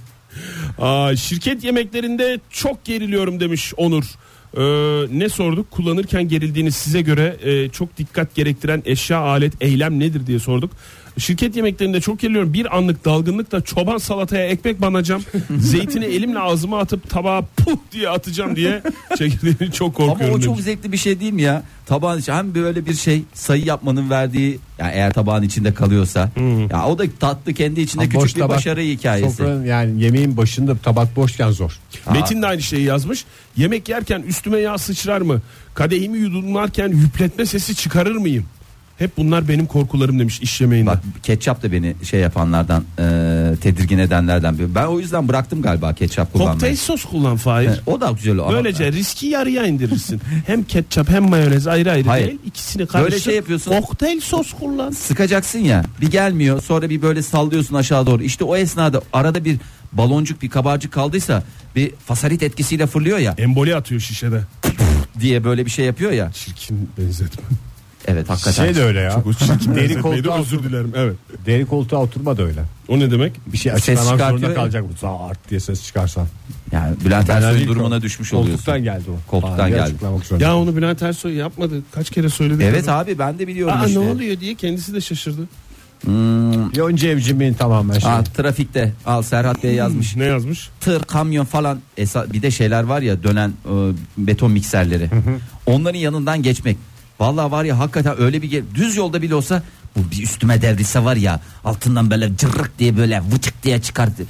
Aa, şirket yemeklerinde çok geriliyorum demiş Onur. Ee, ne sorduk? Kullanırken gerildiğiniz size göre e, çok dikkat gerektiren eşya, alet, eylem nedir diye sorduk. Şirket yemeklerinde çok geriliyorum. Bir anlık dalgınlıkla çoban salataya ekmek banacağım. Zeytini elimle ağzıma atıp tabağa puh diye atacağım diye çekirdeğini çok korkuyorum. Ama o çok demiş. zevkli bir şey değil mi ya? Tabağın içi hem böyle bir şey sayı yapmanın verdiği yani eğer tabağın içinde kalıyorsa. Ya o da tatlı kendi içinde Ama boş küçük bir tabak, başarı hikayesi. Sofranın yani yemeğin başında tabak boşken zor. Metin de aynı şeyi yazmış. Yemek yerken üstüme yağ sıçrar mı? Kadehimi yudumlarken hüpletme sesi çıkarır mıyım? Hep bunlar benim korkularım demiş iş yemeğinde. Bak ketçap da beni şey yapanlardan e, tedirgin edenlerden biri. Ben o yüzden bıraktım galiba ketçap Kokteyl kullanmayı. sos kullan Fahir. E, O da güzel. ama- Böylece riski yarıya indirirsin. hem ketçap hem mayonez ayrı ayrı Hayır. değil. İkisini karıştır. şey yapıyorsun. Kokteyl sos kullan. sıkacaksın ya bir gelmiyor sonra bir böyle sallıyorsun aşağı doğru işte o esnada arada bir baloncuk bir kabarcık kaldıysa bir fasarit etkisiyle fırlıyor ya Emboli atıyor şişede. diye böyle bir şey yapıyor ya Çirkin benzetme. evet hakikaten Şey de öyle ya. O çirkin Deri benzetmeydi koltuğa, özür dilerim. Evet. deri koltuğa oturma da öyle. O ne demek? Bir şey Ses açıklamak çıkartıyor zorunda ya. kalacak bu. Zart diye ses çıkarsan. yani Bülent Ersoy'un Genellikle durumuna düşmüş oluyorsun Koltuktan geldi o. Koltuktan Ani geldi. açıklamak zorunda. Ya onu Bülent Ersoy yapmadı. Kaç kere söyledi. evet Kadın. abi ben de biliyorum Aa, işte ne oluyor diye kendisi de şaşırdı. Yonca Evcimik'in tamamen şey. Aa, trafikte al Serhat Bey yazmış Ne yazmış? tır kamyon falan esa- bir de şeyler var ya dönen e, beton mikserleri onların yanından geçmek Vallahi var ya hakikaten öyle bir ge- düz yolda bile olsa bu bir üstüme devrilse var ya altından böyle cırrık diye böyle vıçık diye çıkardı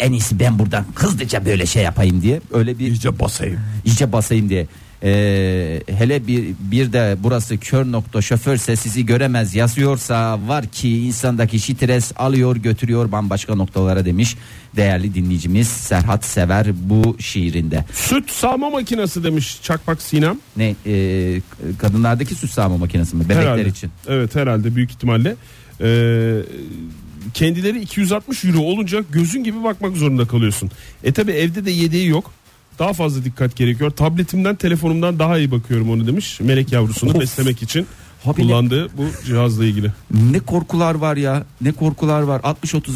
en iyisi ben buradan hızlıca böyle şey yapayım diye öyle bir İyice basayım. iyice basayım diye. Ee, hele bir, bir de burası kör nokta şoförse sizi göremez yazıyorsa var ki insandaki stres alıyor götürüyor bambaşka noktalara demiş değerli dinleyicimiz Serhat Sever bu şiirinde. Süt sağma makinesi demiş Çakmak Sinem. Ne e, kadınlardaki süt sağma makinesi mi bebekler herhalde. için? Evet herhalde büyük ihtimalle. Ee, kendileri 260 euro olunca gözün gibi bakmak zorunda kalıyorsun. E tabi evde de yediği yok. Daha fazla dikkat gerekiyor. Tabletimden telefonumdan daha iyi bakıyorum onu demiş. Melek yavrusunu beslemek için Abi ne- kullandığı bu cihazla ilgili. Ne korkular var ya ne korkular var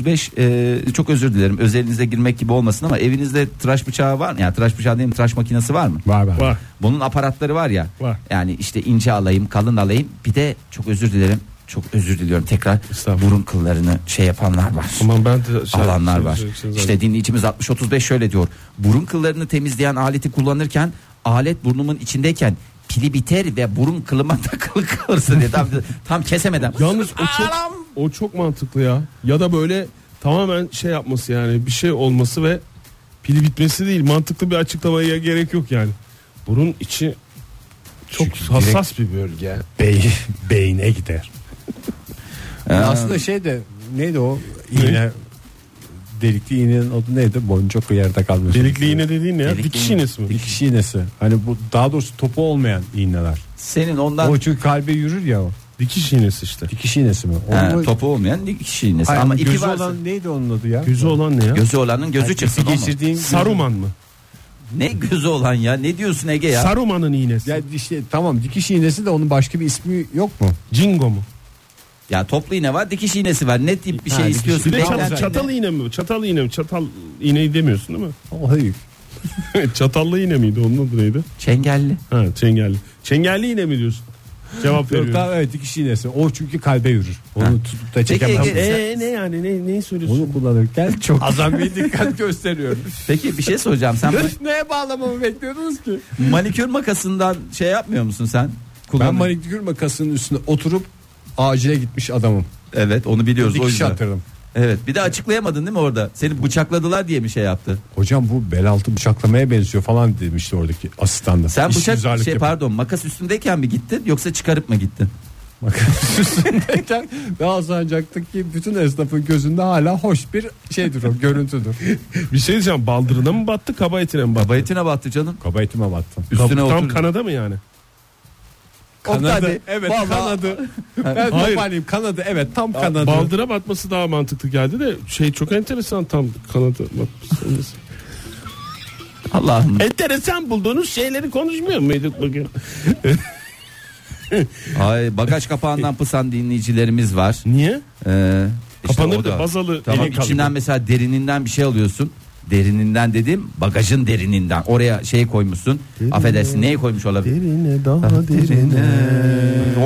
60-35 e, çok özür dilerim özelinize girmek gibi olmasın ama evinizde tıraş bıçağı var mı? Yani tıraş bıçağı değil mi tıraş makinesi var mı? Var var. Var. Bunun aparatları var ya. Var. Yani işte ince alayım, kalın alayım. Bir de çok özür dilerim. Çok özür diliyorum tekrar. Estağfurullah. Burun kıllarını şey yapanlar var. Aman ben de şey- alanlar şey- var. şey- şey- İşte dinleyicimiz 6035 şöyle diyor. Burun kıllarını temizleyen aleti kullanırken alet burnumun içindeyken pili biter ve burun kılıma takılı kalırsa diye tam, tam kesemeden. Yalnız o çok, o çok mantıklı ya. Ya da böyle tamamen şey yapması yani bir şey olması ve pili bitmesi değil. Mantıklı bir açıklamaya gerek yok yani. Burun içi çok hassas bir bölge. Bey, beyne Ee, gider. Yani aslında şey de neydi o iğne delikli iğnenin adı neydi? Boncuk yerde kalmış. Delikli iğne dediğin ne ya? Delikli Dikiş iğne. iğnesi mi? Dikiş iğnesi. Hani bu daha doğrusu topu olmayan iğneler. Senin ondan O çünkü kalbe yürür ya o. Dikiş iğnesi işte. Dikiş iğnesi mi? O He, mu? topu olmayan bir kişinin Hayır, ama gözü ipi varsa olan neydi onun adı ya? Gözü olan ne ya? gözü olanın gözü çıksın ama. geçirdiğin Saruman mı? Ne gözü olan ya? Ne diyorsun Ege ya? Saruman'ın iğnesi. Ya işte tamam dikiş iğnesi de onun başka bir ismi yok mu? Cingo mu? ya toplu iğne var, dikiş iğnesi var. Ne tip bir Ha, şey dikiş- istiyorsun? Bir de çat- Beklentinde- çatal iğne mi? Çatal iğne mi? Çatal iğneyi demiyorsun değil mi? O hayır. Çatallı iğne miydi? Onun adı neydi? Çengelli. Ha, çengelli. Çengelli iğne mi diyorsun? Cevap Yok veriyorum. daha evet dikiş iğnesi. O çünkü kalbe yürür. Onu tutup da çekemem. Ege- Ee, ne yani ne neyi söylüyorsun? Onu kullanırken çok Azami dikkat gösteriyorum. Peki bir şey soracağım. Sen ma- Neye bağlamamı bekliyordunuz ki? manikür makasından şey yapmıyor musun sen? Ben Kullanın- manikür makasının üstüne oturup acile gitmiş adamım. Evet, onu biliyoruz o Dikiş yüzden. attırdım. Evet, bir de açıklayamadın değil mi orada? Seni bıçakladılar diye mi şey yaptı? Hocam bu bel altı bıçaklamaya benziyor falan demişti oradaki asistan da. Sen bıçak şey İşsizlik yapıp- pardon, makas üstündeyken mi gittin yoksa çıkarıp mı gittin? makas üstündeyken ve Alsancak'taki bütün esnafın gözünde hala hoş bir şeydir o görüntüdür. Bir şey diyeceğim baldırına mı battı kaba etine mi battı? Bayetine battı canım. Kaba etime battım. Üstüne Tam oturdu. Kanada mı yani? Oktay Bey, evet vallahi- kanadı. ben Hayır. toparlayayım kanadı evet tam kanadı. Baldıra batması daha mantıklı geldi de şey çok enteresan tam Kanada batması. Allah'ım. enteresan bulduğunuz şeyleri konuşmuyor muyduk bugün? Ay bagaj kapağından pısan dinleyicilerimiz var. Niye? Ee, işte Kapanır o da bazalı Tamam elin içinden kalıbı. mesela derininden bir şey alıyorsun. Derininden dedim bagajın derininden. Oraya şey koymuşsun. Affedersin neyi koymuş olabilir? Derine daha derine.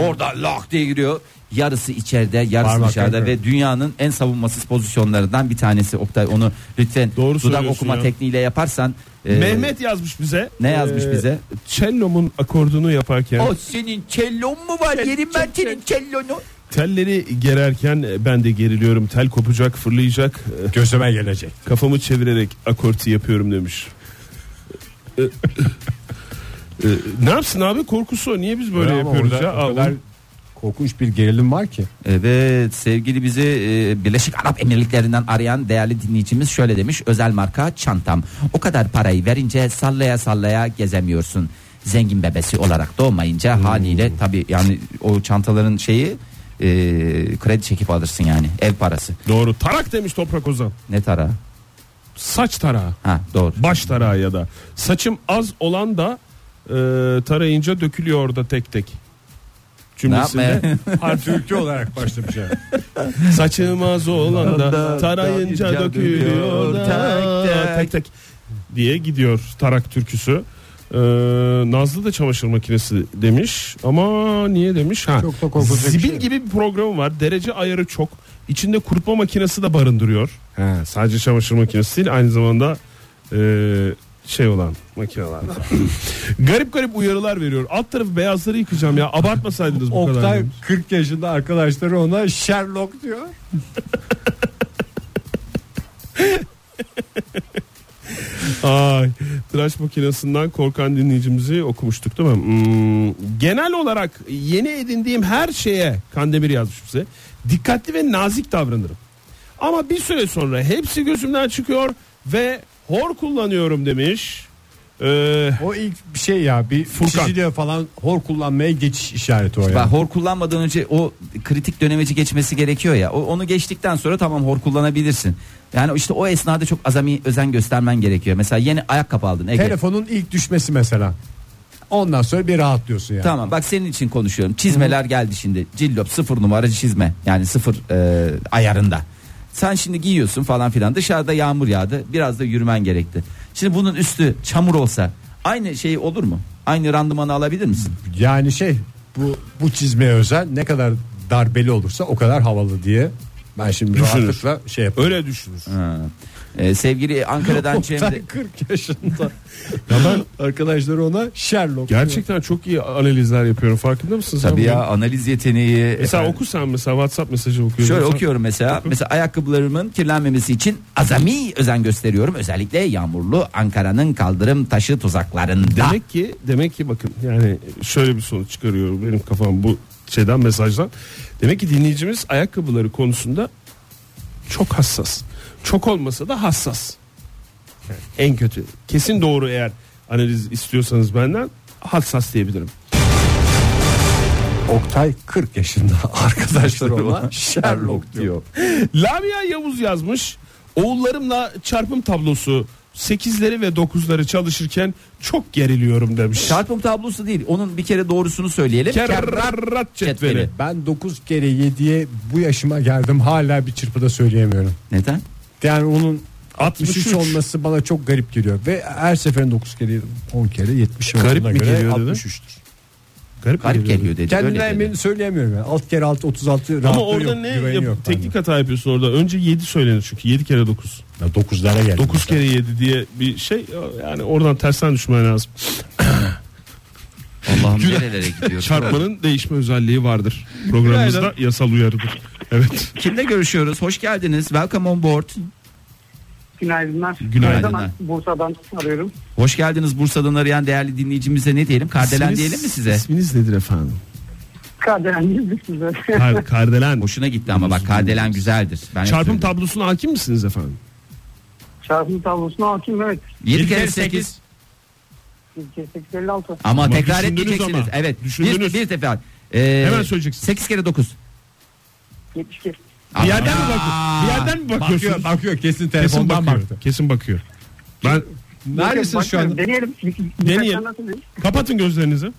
Orada lak diye giriyor. Yarısı içeride, yarısı Parmak dışarıda yakıyor. ve dünyanın en savunmasız pozisyonlarından bir tanesi. Oktay onu lütfen Doğru dudak söylüyorsun okuma ya. tekniğiyle yaparsan. e, Mehmet yazmış bize. Ne yazmış Ee, bize? Cello'mun akordunu yaparken O senin çellon mu var? Yerim ben senin çellonu. telleri gererken e, ben de geriliyorum. Tel kopacak, fırlayacak. Ee, Gözüme gelecek. Kafamı çevirerek akorti yapıyorum demiş. Ee, e, ne yapsın abi korkusu o. Niye biz böyle Ama yapıyoruz orada ya? O kadar korkunç bir gerilim var ki. Evet sevgili bizi e, Birleşik Arap Emirlikleri'nden arayan değerli dinleyicimiz şöyle demiş. Özel marka çantam. O kadar parayı verince sallaya sallaya gezemiyorsun. Zengin bebesi olarak doğmayınca haliyle tabi yani o çantaların şeyi e, kredi çekip alırsın yani ev parası. Doğru. Tarak demiş Toprak Ozan. Ne tara? Saç tarağı. Ha doğru. Baş tarağı ya da. Saçım az olan da e, tarayınca dökülüyor orada tek tek. Cümlesinde harf Türkçe olarak başlamış yani. Saçım az olan da tarayınca dökülüyor da tek tek diye gidiyor tarak türküsü. Ee, Nazlı da çamaşır makinesi demiş ama niye demiş? Ha, Çok da korkulacak bir zibil şey yok. gibi bir programı var derece ayarı çok içinde kurutma makinesi de barındırıyor. He, Sadece çamaşır makinesi değil aynı zamanda e, şey olan makineler. var. garip garip uyarılar veriyor. Alt tarafı beyazları yıkacağım ya abartmasaydınız bu kadar. Oktay demiş. 40 yaşında arkadaşları ona Sherlock diyor. Ay, tıraş makinesinden korkan dinleyicimizi okumuştuk değil mi? Hmm, genel olarak yeni edindiğim her şeye Kandemir yazmış bize. Dikkatli ve nazik davranırım. Ama bir süre sonra hepsi gözümden çıkıyor ve hor kullanıyorum demiş. Ee, O ilk bir şey ya bir Furkan. çiziliyor falan hor kullanmaya geçiş işareti o Ben yani. hor kullanmadan önce o kritik dönemeci geçmesi gerekiyor ya. O, onu geçtikten sonra tamam hor kullanabilirsin. Yani işte o esnada çok azami özen göstermen gerekiyor. Mesela yeni ayakkabı aldın Ege. Telefonun ilk düşmesi mesela. Ondan sonra bir rahatlıyorsun yani. Tamam bak senin için konuşuyorum. Çizmeler geldi şimdi. Cillop sıfır numara çizme. Yani sıfır e, ayarında. Sen şimdi giyiyorsun falan filan. Dışarıda yağmur yağdı. Biraz da yürümen gerekti. Şimdi bunun üstü çamur olsa aynı şey olur mu? Aynı randımanı alabilir misin? Yani şey bu bu çizmeye özel ne kadar darbeli olursa o kadar havalı diye ben şimdi Düşünür. rahatlıkla şey yapıyorum. öyle düşünür. Ha. E, sevgili Ankara'dan Cem de- Oktay 40 yaşında. ya ben arkadaşları ona Sherlock. diyor. Gerçekten çok iyi analizler yapıyorum farkında mısın? sen Tabii bunu? ya analiz yeteneği. Mesela Efendim. oku sen mesela WhatsApp mesajı okuyorsun. Şöyle Sen- okuyorum mesela. Mesela ayakkabılarımın kirlenmemesi için azami özen gösteriyorum. Özellikle yağmurlu Ankara'nın kaldırım taşı tuzaklarında. Demek ki demek ki bakın yani şöyle bir sonuç çıkarıyorum benim kafam bu şeyden mesajdan. Demek ki dinleyicimiz ayakkabıları konusunda çok hassas. çok olmasa da hassas. Yani en kötü. Kesin doğru eğer analiz istiyorsanız benden hassas diyebilirim. Oktay 40 yaşında arkadaşlarıma Sherlock diyor. Lamia Yavuz yazmış. Oğullarımla çarpım tablosu 8'leri ve 9'ları çalışırken çok geriliyorum demiş. Çarpım tablosu değil. Onun bir kere doğrusunu söyleyelim. Kerrat cetveli. cetveli. Ben 9 kere 7'ye bu yaşıma geldim hala bir çırpıda söyleyemiyorum. Neden? Yani onun 63, 63. olması bana çok garip geliyor. Ve her seferinde 9 kere 10 kere 70 Garip olduğuna mi göre geliyor dedin? 63'tür. Garip, Garip geliyor dedi. Kendine öyle dedi. emin söyleyemiyorum. Yani. 6 kere 6 36 rahatlığı Ama orada yok, ne güveni yap- yok teknik hata yapıyorsun orada. Önce 7 söylenir çünkü 7 kere 9. bende. Ya 9'lara geldi. 9 kere 7 diye bir şey yani oradan tersten düşmen lazım. Allah'ım nerelere gidiyoruz. Çarpmanın değişme özelliği vardır. Programımızda yasal uyarıdır. Evet. Kimle görüşüyoruz? Hoş geldiniz. Welcome on board. Günaydınlar. Günaydınlar. Ben Bursa'dan arıyorum. Hoş geldiniz Bursa'dan arayan değerli dinleyicimize ne diyelim? Kardelen diyelim mi size? İsminiz nedir efendim? Kaderenliyiz size. Kar- Kardelen. Hoşuna gitti ama bak kardelen güzeldir. Ben Çarpım tablosuna hakim misiniz efendim? Çarpım tablosuna hakim evet. 7 Yedi kere kere 8. sekiz. 856. Ama, Ama tekrar düşündünüz etmeyeceksiniz. ama. Evet. Düşündünüz. Bir, bir tekrar. Ee, Hemen söyleyeceksiniz. 8 kere 9. 72. Bir yerden mi bakıyorsun? Bir yerden mi bakıyorsunuz? Bakıyor, bakıyor kesin Kesin telefondan bakıyor. baktı. Kesin bakıyor. Ben Neredesiniz şu anda? Deneyelim. Deneyelim. kapatın gözlerinizi.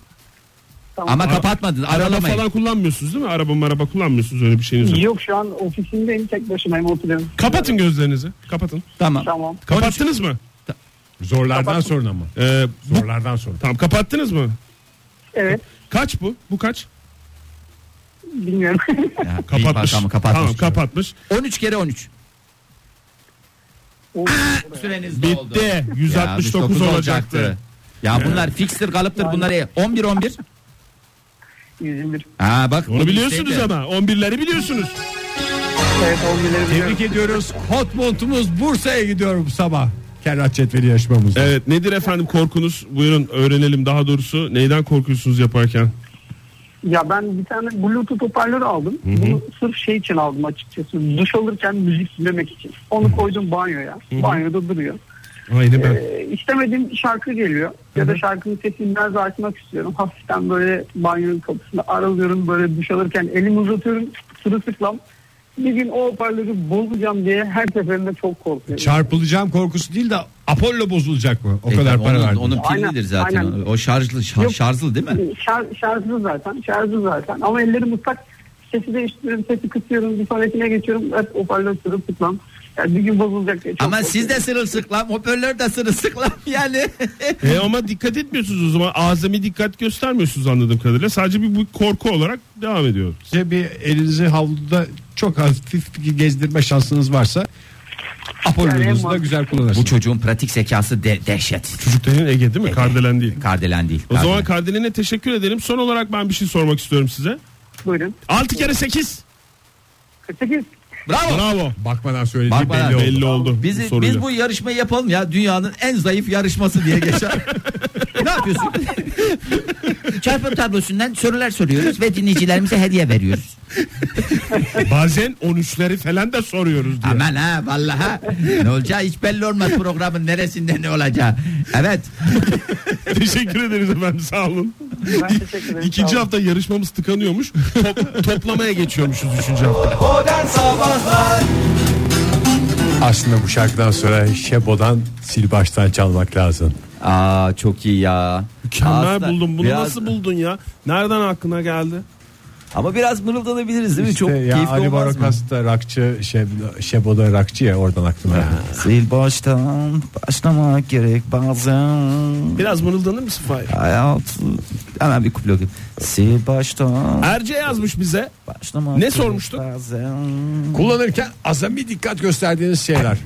Ama kapatmadın. Araba Aralamayın. falan kullanmıyorsunuz değil mi? Araba maraba kullanmıyorsunuz öyle bir şeyiniz yok. Yok şu an ofisindeyim tek başımayım oturuyorum. Kapatın gözlerinizi. Kapatın. Tamam. Tamam. Kapattınız mı? Zorlardan sonra mı? Ee, bu, Zorlardan sonra. tamam kapattınız mı? Evet Kaç bu? Bu kaç? bilmiyorum. Ya, iyi Kapatmış. bakalım, kapatmış. Tamam kapatmış. 13 kere 13. O- Süreniz Bitti. doldu. Ya, 169 olacaktı. Ya bunlar fikstir kalıptır bunlar e, iyi. 11 11. 121. Ha bak. Onu bu biliyorsunuz bizdeydi. ama. 11'leri biliyorsunuz. Evet 11'leri biliyorum. Tebrik ediyoruz. Hot montumuz Bursa'ya gidiyor bu sabah. Kerat cetveli yaşamamızda. Evet nedir efendim korkunuz? Buyurun öğrenelim daha doğrusu. Neyden korkuyorsunuz yaparken? Ya ben bir tane bluetooth hoparlör aldım. Bunu sırf şey için aldım açıkçası. Duş alırken müzik dinlemek için. Onu koydum banyoya. Banyoda duruyor. Aynı ben. Ee, istemediğim şarkı geliyor. Ya da şarkının sesini biraz açmak istiyorum. Hafiften böyle banyonun kapısını aralıyorum. Böyle duş alırken elimi uzatıyorum. Sırılsıklam. Bir gün o hoparlörü bozacağım diye her seferinde çok korkuyorum. Çarpılacağım korkusu değil de Apollo bozulacak mı? O E, kadar tabii para onun, verdim. Onun Aynen, pillidir zaten. aynen. O şarjlı şar- Yok. şarjlı değil mi? Ee, Şar, şarjlı zaten. Şarjlı zaten. Ama ellerim ıslak. Sesi değiştiriyorum. Sesi kısıyorum. Bir sonrakine geçiyorum. Hep hoparlör sırılsıklam. Yani bir gün bozulacak diye çok Ama korkuyorum. siz de sırılsıklam, hoparlör de sırılsıklam yani. E ama dikkat etmiyorsunuz o zaman. Azami dikkat göstermiyorsunuz anladığım kadarıyla. Sadece bir bu korku olarak devam ediyor. Size bir elinizi havluda çok hafif bir gezdirme şansınız varsa Apollo'nuzu da güzel Bu kullanırsınız. çocuğun pratik zekası de- dehşet. Çocuk dediğin Ege değil mi? Kardelen değil. Kardelen değil. O zaman kardelen. Kardelen'e teşekkür edelim. Son olarak ben bir şey sormak istiyorum size. Buyurun. 6 kere 8. 48. Bravo. Bravo. Bakmadan söylediği Bak bana. belli oldu. Belli oldu. Bizi, soruyla. biz bu yarışmayı yapalım ya dünyanın en zayıf yarışması diye geçer. ne yapıyorsun? Çarpım tablosundan sorular soruyoruz ve dinleyicilerimize hediye veriyoruz. Bazen 13'leri falan da soruyoruz diye. Aman ha vallaha ne olacağı hiç belli olmaz programın neresinde ne olacağı. Evet. teşekkür ederiz efendim sağ olun. Ben teşekkür ederim. Sağ İkinci olun. hafta yarışmamız tıkanıyormuş. Top- toplamaya geçiyormuşuz üçüncü hafta. Aslında bu şarkıdan sonra Şebo'dan sil baştan çalmak lazım. Aa çok iyi ya. Mükemmel Aslında buldum. Bunu biraz- nasıl buldun ya? Nereden aklına geldi? Ama biraz mırıldanabiliriz değil mi? çok İşte ya keyifli Ali olmaz mı? Barakas da rakçı, şey, Şebo da rakçı ya oradan aklıma. geldi. Sil baştan başlamak gerek bazen. Biraz mırıldanır mısın Fahir? Hayat hemen bir kuple okuyayım. Sil baştan Erce yazmış bize. başlamak Ne gerek sormuştuk? bazen. Kullanırken azami dikkat gösterdiğiniz şeyler.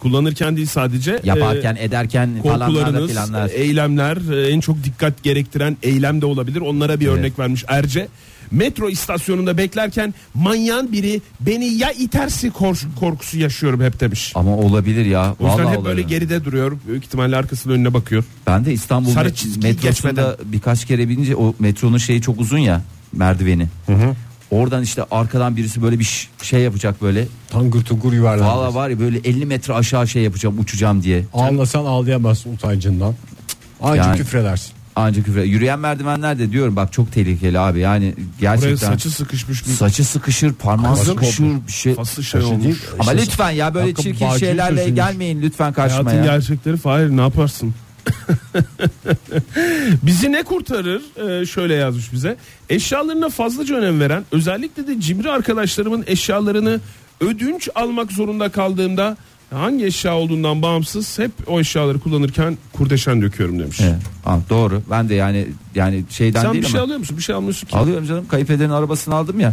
Kullanırken değil sadece. e, Yaparken ederken falanlar Ee, korkularınız, filanlar. e, eylemler e, en çok dikkat gerektiren eylem de olabilir. Onlara bir Evet. örnek vermiş Erce. Metro istasyonunda beklerken manyan biri beni ya iterse kor- korkusu yaşıyorum hep demiş. Ama olabilir ya. O yüzden Vallahi hep olabilir. böyle geride duruyor. Büyük ihtimalle arkasının önüne bakıyor. Ben de İstanbul Sarı met- çizgiyi metrosunda geçmeden. birkaç kere binince o metronun şeyi çok uzun ya merdiveni. Oradan işte arkadan birisi böyle bir ş- şey yapacak böyle. Tangır tungur Valla yuvarlandı. var ya böyle 50 metre aşağı şey yapacağım uçacağım diye. Ağlasan ağlayamazsın utancından. Ancak Yani- küfredersin. Ancak küfür. Yürüyen merdivenler de diyorum bak çok tehlikeli abi. Yani gerçekten Buraya saçı, saçı sıkışmış bir sıkışır, parmağı Kızım. sıkışır bir şey. fası şey Saçı değil. olmuş. Ama İşte- lütfen ya böyle Bakın çirkin bağcığı şeylerle çözülmüş. gelmeyin lütfen karşıma Hayatın ya. gerçekleri Fahir ne yaparsın? Bizi ne kurtarır? Ee, şöyle yazmış bize. Eşyalarına fazlaca önem veren özellikle de cimri arkadaşlarımın eşyalarını ödünç almak zorunda kaldığımda hangi eşya olduğundan bağımsız hep o eşyaları kullanırken kurdeşen döküyorum demiş. Evet, tamam, doğru. Ben de yani yani şeyden Sen değil bir şey ama. alıyor musun? Bir şey almıyorsun ki. Alıyorum canım kayıp edenin arabasını aldım ya.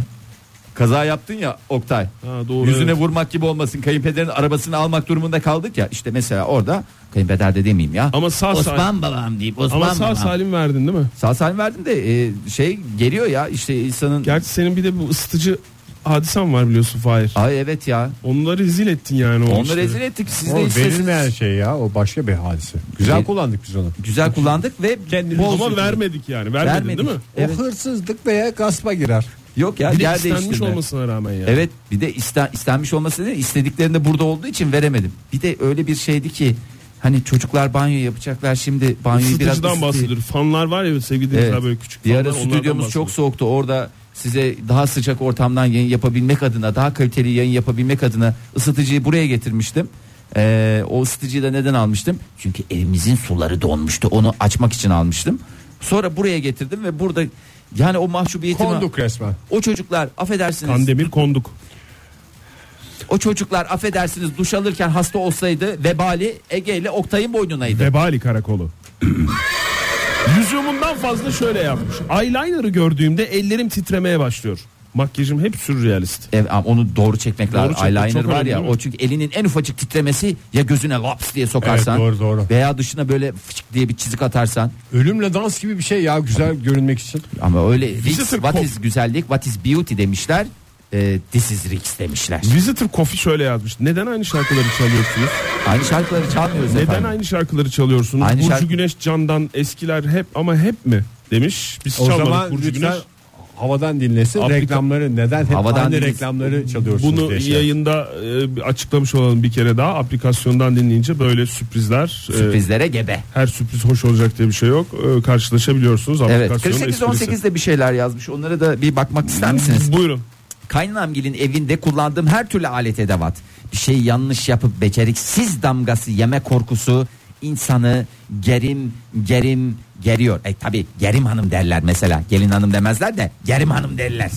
Kaza yaptın ya Oktay. Ha, doğru, Yüzüne evet. vurmak gibi olmasın. Kayınpederin arabasını almak durumunda kaldık ya. İşte mesela orada kayınpeder de demeyeyim ya. Ama sağ Osman salim- babam deyip Osman Ama sağ babam. salim verdin değil mi? Sağ salim verdin de e, şey geliyor ya işte insanın. Gerçi senin bir de bu ısıtıcı hadisen var biliyorsun Fahir. Ay evet ya. Onları rezil ettin yani. o Onu işleri. rezil ettik. Siz de O verilmeyen istediniz. şey ya o başka bir hadise. Güzel Ver- kullandık biz onu. şey. Güzel kullandık ve Kendini bol- ama vermedik yani. Vermedin vermedik. değil mi? Evet. O hırsızlık veya gaspa girer. Yok ya Bir de yer istenmiş değiştirme. olmasına rağmen yani. Evet bir de isten, istenmiş olması değil istediklerinde burada olduğu için veremedim. Bir de öyle bir şeydi ki hani çocuklar banyo yapacaklar şimdi banyoyu biraz Isıtıcıdan ısıtayım. bahsedilir. Fanlar var ya sevgili dinleyiciler Evet. böyle küçük bir fanlar. ara onlardan stüdyomuz çok bahsedilir. soğuktu orada size daha sıcak ortamdan yayın yapabilmek adına daha kaliteli yayın yapabilmek adına ısıtıcıyı buraya getirmiştim. Ee, o ısıtıcıyı da neden almıştım? Çünkü evimizin suları donmuştu onu açmak için almıştım. Sonra buraya getirdim ve burada yani o mahcubiyetimi Konduk resmen. o çocuklar affedersiniz Kandemir konduk. O çocuklar affedersiniz duş alırken hasta olsaydı vebali Ege ile Oktay'ın boynunaydı. Vebali karakolu. Yüzüğümünden fazla şöyle yapmış. Eyeliner'ı gördüğümde ellerim titremeye başlıyor. Makyajım hep sürrealist. Evet, ama onu doğru çekmek Doğru lazım. çekmek Eyeliner çok var önemli ya değil mi? o çünkü elinin en ufacık titremesi ya gözüne laps diye sokarsan Evet, doğru, doğru. veya dışına böyle fışk diye bir çizik atarsan Ölümle dans gibi bir şey ya güzel görünmek için. ama öyle Bizi Rix, Türk what şey pop- is güzellik, what is beauty demişler. Ee, this is Rix demişler. Visitor Coffee şöyle yazmış. Neden aynı şarkıları çalıyorsunuz? Aynı şarkıları çalmıyoruz Neden efendim. aynı şarkıları çalıyorsunuz? Aynı Burcu şarkı- Güneş Candan eskiler hep ama hep mi? Demiş. Biz O çalmadık zaman Burcu lütfen Güneş. havadan dinlesin. Afrika- Reklamları neden hep Havadan aynı dinlesin. reklamları çalıyorsunuz Bunu diye şey. yayında e, açıklamış olalım bir kere daha. Aplikasyondan dinleyince böyle sürprizler, e, Sürprizlere gebe. her sürpriz hoş olacak diye bir şey yok. E, karşılaşabiliyorsunuz Evet. aplikasyonun 48 esprisi. 18 de bir şeyler yazmış. Onlara da bir bakmak ister misiniz? Buyurun. Kaynanamgilin evinde kullandığım her türlü alet edevat. Bir şey yanlış yapıp beceriksiz damgası yeme korkusu insanı gerim gerim geriyor. E tabi gerim hanım derler mesela. Gelin hanım demezler de gerim hanım derler.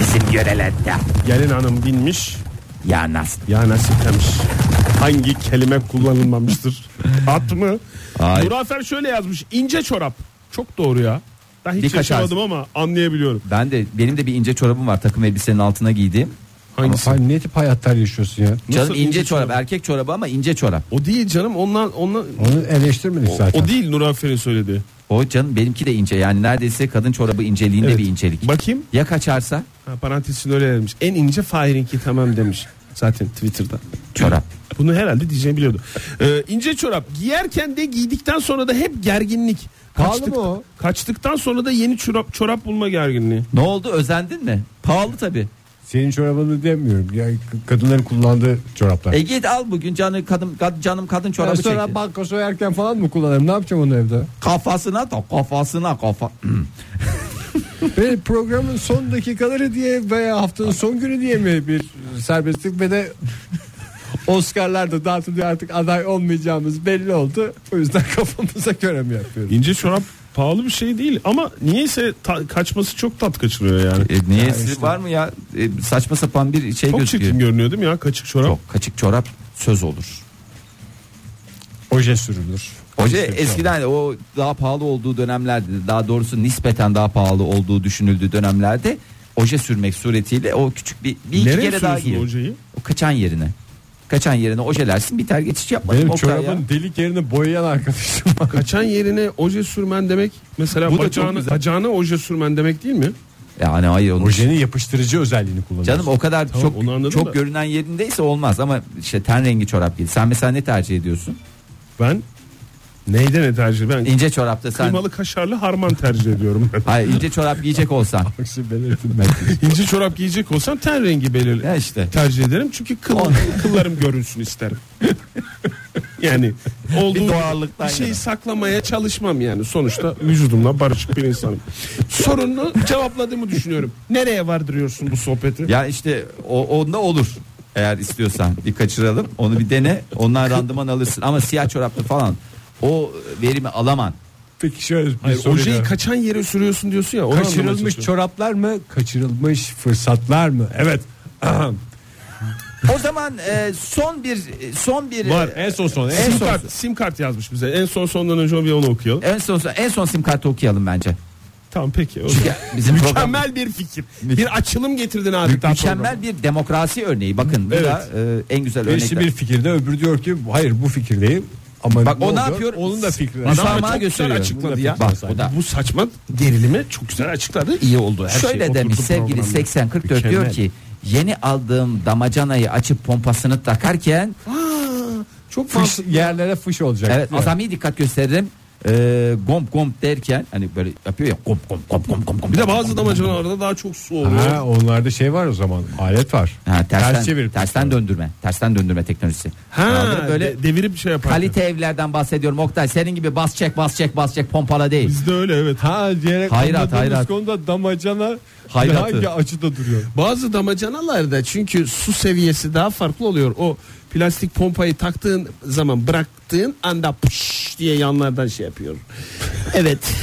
Bizim yörelerde. Gelin hanım binmiş Ya nasıl? ya nasip demiş. Hangi kelime kullanılmamıştır? At mı? Ay. Murafer şöyle yazmış. ince çorap. Çok doğru ya. Ben hiç Birkaç yaşamadım ama anlayabiliyorum. Ben de benim de bir ince çorabım var takım elbisenin altına giydiğim. Hangisi? Sen ne tip hayatlar yaşıyorsun ya? Canım ince, ince çorap, çorap? erkek çorabı ama ince çorap. O değil canım. Ondan ondan Onu eleştirmedik zaten. o değil Nurafer'in söylediği. O canım benimki de ince yani neredeyse kadın çorabı inceliğinde Evet. bir incelik. Bakayım. Ya kaçarsa Ha, parantez içinde öyle yazmış. En ince Fahir'inki tamam demiş. Zaten Twitter'da. çorap. Bunu herhalde diyeceğimi biliyordu. Ee, ince çorap giyerken de giydikten sonra da hep gerginlik. Pahalı mı o? Kaçtıktan sonra da yeni çorap, çorap bulma gerginliği. Ne oldu özendin mi? Pahalı tabi. Senin çorabını demiyorum. Ya kadınların kullandığı çoraplar. E git al bugün canım kadın kad- canım kadın Ben çorabı sonra çekti. banka soyarken falan mı kullanırım? Ne yapacağım onu evde? Kafasına da kafasına kafa. Ve programın son dakikaları diye veya haftanın son günü diye mi bir serbestlik ve de Oscar'lar da dağıtıldı artık aday olmayacağımız belli oldu. O yüzden kafamıza göre mi yapıyoruz? İnce çorap pahalı bir şey değil ama niyeyse ta- kaçması çok tat kaçırıyor yani. E, niyesi var mı ya? E, saçma sapan bir şey Çok gözüküyor. çirkin görünüyor değil mi ya kaçık çorap? Yok kaçık çorap söz olur. Oje sürülür. Hoca eskiden o daha pahalı olduğu dönemlerde daha doğrusu nispeten daha pahalı olduğu düşünüldüğü dönemlerde oje sürmek suretiyle o küçük bir, bir iki Nereye kere daha sürüyorsun giyiyor. hocayı? O kaçan yerine. Kaçan yerine ojelersin biter geçiş yapmadın. Benim Oktay ya. çorabın delik yerini boyayan arkadaşım var. Kaçan yerine oje sürmen demek mesela Bu da çok bacağını, güzel. bacağını oje sürmen demek değil mi? Yani hayır onun Ojenin yapıştırıcı özelliğini kullanıyor. Canım o kadar Tamam, onu anladım çok çok da. görünen yerindeyse olmaz ama işte ten rengi çorap giy. Sen mesela ne tercih ediyorsun? Ben Neyden ne tercih? Ben İnce çorapta sen. kıymalı kaşarlı harman tercih ediyorum. ben. Hayır ince çorap giyecek olsan. Aksi belirtilmek. İnce çorap giyecek olsam ten rengi belirli. Ya işte. tercih ederim çünkü kıl, kıllarım görünsün isterim. yani olduğu Bir doğallıktan bir şeyi yana. saklamaya çalışmam yani. Sonuçta vücudumla barışık bir insanım. Sorunu cevapladığımı düşünüyorum. Nereye vardırıyorsun bu sohbeti? Ya işte o, onda olur. Eğer istiyorsan bir kaçıralım. Onu bir dene. Ondan randıman alırsın. Ama siyah çorapta falan o verimi alaman. Peki şöyle bir Hayır, soru ojeyi daha. kaçan yere sürüyorsun diyorsun ya. onu anlamaya Kaçırılmış çalışıyorum. çoraplar mı? Kaçırılmış fırsatlar mı? Evet. Ahem. O zaman e, son bir son bir e, Var en son son. En sim, son son. kart, sim kart yazmış bize. En son sondan önce bir onu okuyalım. en son en son sim kartı okuyalım bence. Tamam peki. o Çünkü zaman. bizim program Mükemmel bir fikir. Bir açılım getirdin adeta. mükemmel bir demokrasi örneği. Bakın bu Evet. da e, en güzel Birisi örnekler. bir fikirde öbürü diyor ki hayır bu fikirdeyim. Ama Bak o ne oluyor? yapıyor? Onun da fikri. Adam- Ama Parmağı çok gösteriyor. güzel açıkladı ya. Bak, bu da. Bu saçma gerilimi çok güzel açıkladı. İyi oldu her şey. Şöyle Oturdu demiş sevgili programda. 8044 Mükemmel. diyor ki yeni aldığım damacanayı açıp pompasını takarken çok fış, yerlere fış olacak. Evet azami dikkat gösteririm. Ee, gomp gomp derken hani böyle yapıyor ya gomp gomp gomp gomp gomp. Bir de bazı damacanalarda daha çok su oluyor. Ha, onlarda şey var o zaman alet var. Ha, tersten, Ters çevirip. tersten döndürme. Tersten döndürme teknolojisi. Ha, Kaldırıp böyle de- devirip şey yapar. kalite evlerden bahsediyorum Oktay. Senin gibi bas çek bas çek bas çek pompala değil. Bizde öyle evet. Ha diyerek Hayrat, anladığımız hayrat. konuda damacana Hayratı. hangi açıda duruyor? Bazı damacanalarda çünkü su seviyesi daha farklı oluyor. O plastik pompayı taktığın zaman bıraktığın anda pış diye yanlardan şey yapıyor. Evet.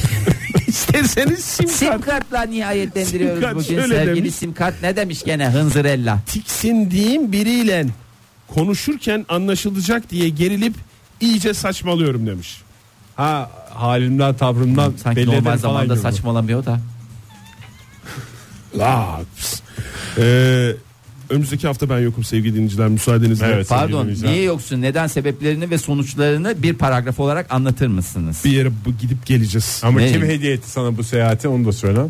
İsterseniz sim Sim kart kartla nihayetlendiriyoruz Sim kart bugün şöyle sevgili demiş. sim kart ne demiş gene Hınzırella. tiksindiğim biriyle konuşurken anlaşılacak diye gerilip iyice Şey saçmalıyorum demiş. Ha halimden tavrımdan Sanki belli normal ederim falan zamanda diyor. saçmalamıyor da. Laps. Ee, önümüzdeki hafta ben yokum sevgili dinleyiciler müsaadenizle. Evet, Pardon sevgili niye yoksun neden sebeplerini ve sonuçlarını bir paragraf olarak anlatır mısınız? Bir yere bu- gidip geleceğiz. Ama Ne? kim hediye etti sana bu seyahati onu da söyle.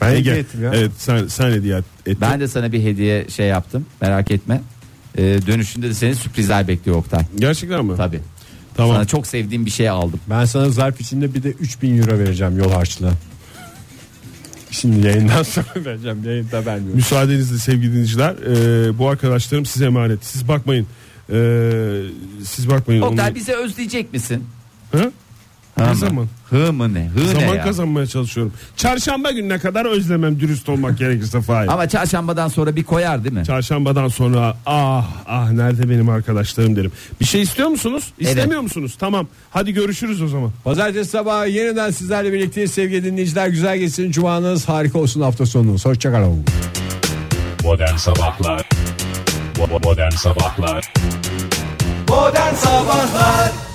Ben Hediye gel- ettim ya. Evet sen, sen hediye et- ettin. Ben de sana bir hediye şey yaptım merak etme. Ee, dönüşünde de seni sürprizler bekliyor Oktay. Gerçekten mi? Tabi. Tamam. Sana çok sevdiğim bir şey aldım. Ben sana zarf içinde bir de 3000 euro vereceğim yol harçlığı. Şimdi yayından sonra vereceğim. Yayında vermiyorum. Müsaadenizle sevgili dinleyiciler. ee, bu arkadaşlarım size emanet. Siz bakmayın. Ee, siz bakmayın. Oktay onu- bize özleyecek misin? Hı? Hı Ne mı? zaman? Hı mı ne? Hı ne Zaman ya? kazanmaya çalışıyorum. Çarşamba gününe kadar özlemem dürüst olmak gerekirse Fahir. Ama çarşambadan sonra bir koyar değil mi? Çarşambadan sonra ah ah nerede benim arkadaşlarım derim. Bir şey istiyor musunuz? İstemiyor musunuz? Tamam. Hadi görüşürüz o zaman. Pazartesi sabahı yeniden sizlerle birlikteyiz sevgili dinleyiciler. Güzel geçsin. Cumanız harika olsun hafta sonunuz. Hoşçakalın. Modern Sabahlar Bo- bo- Modern Sabahlar Modern Sabahlar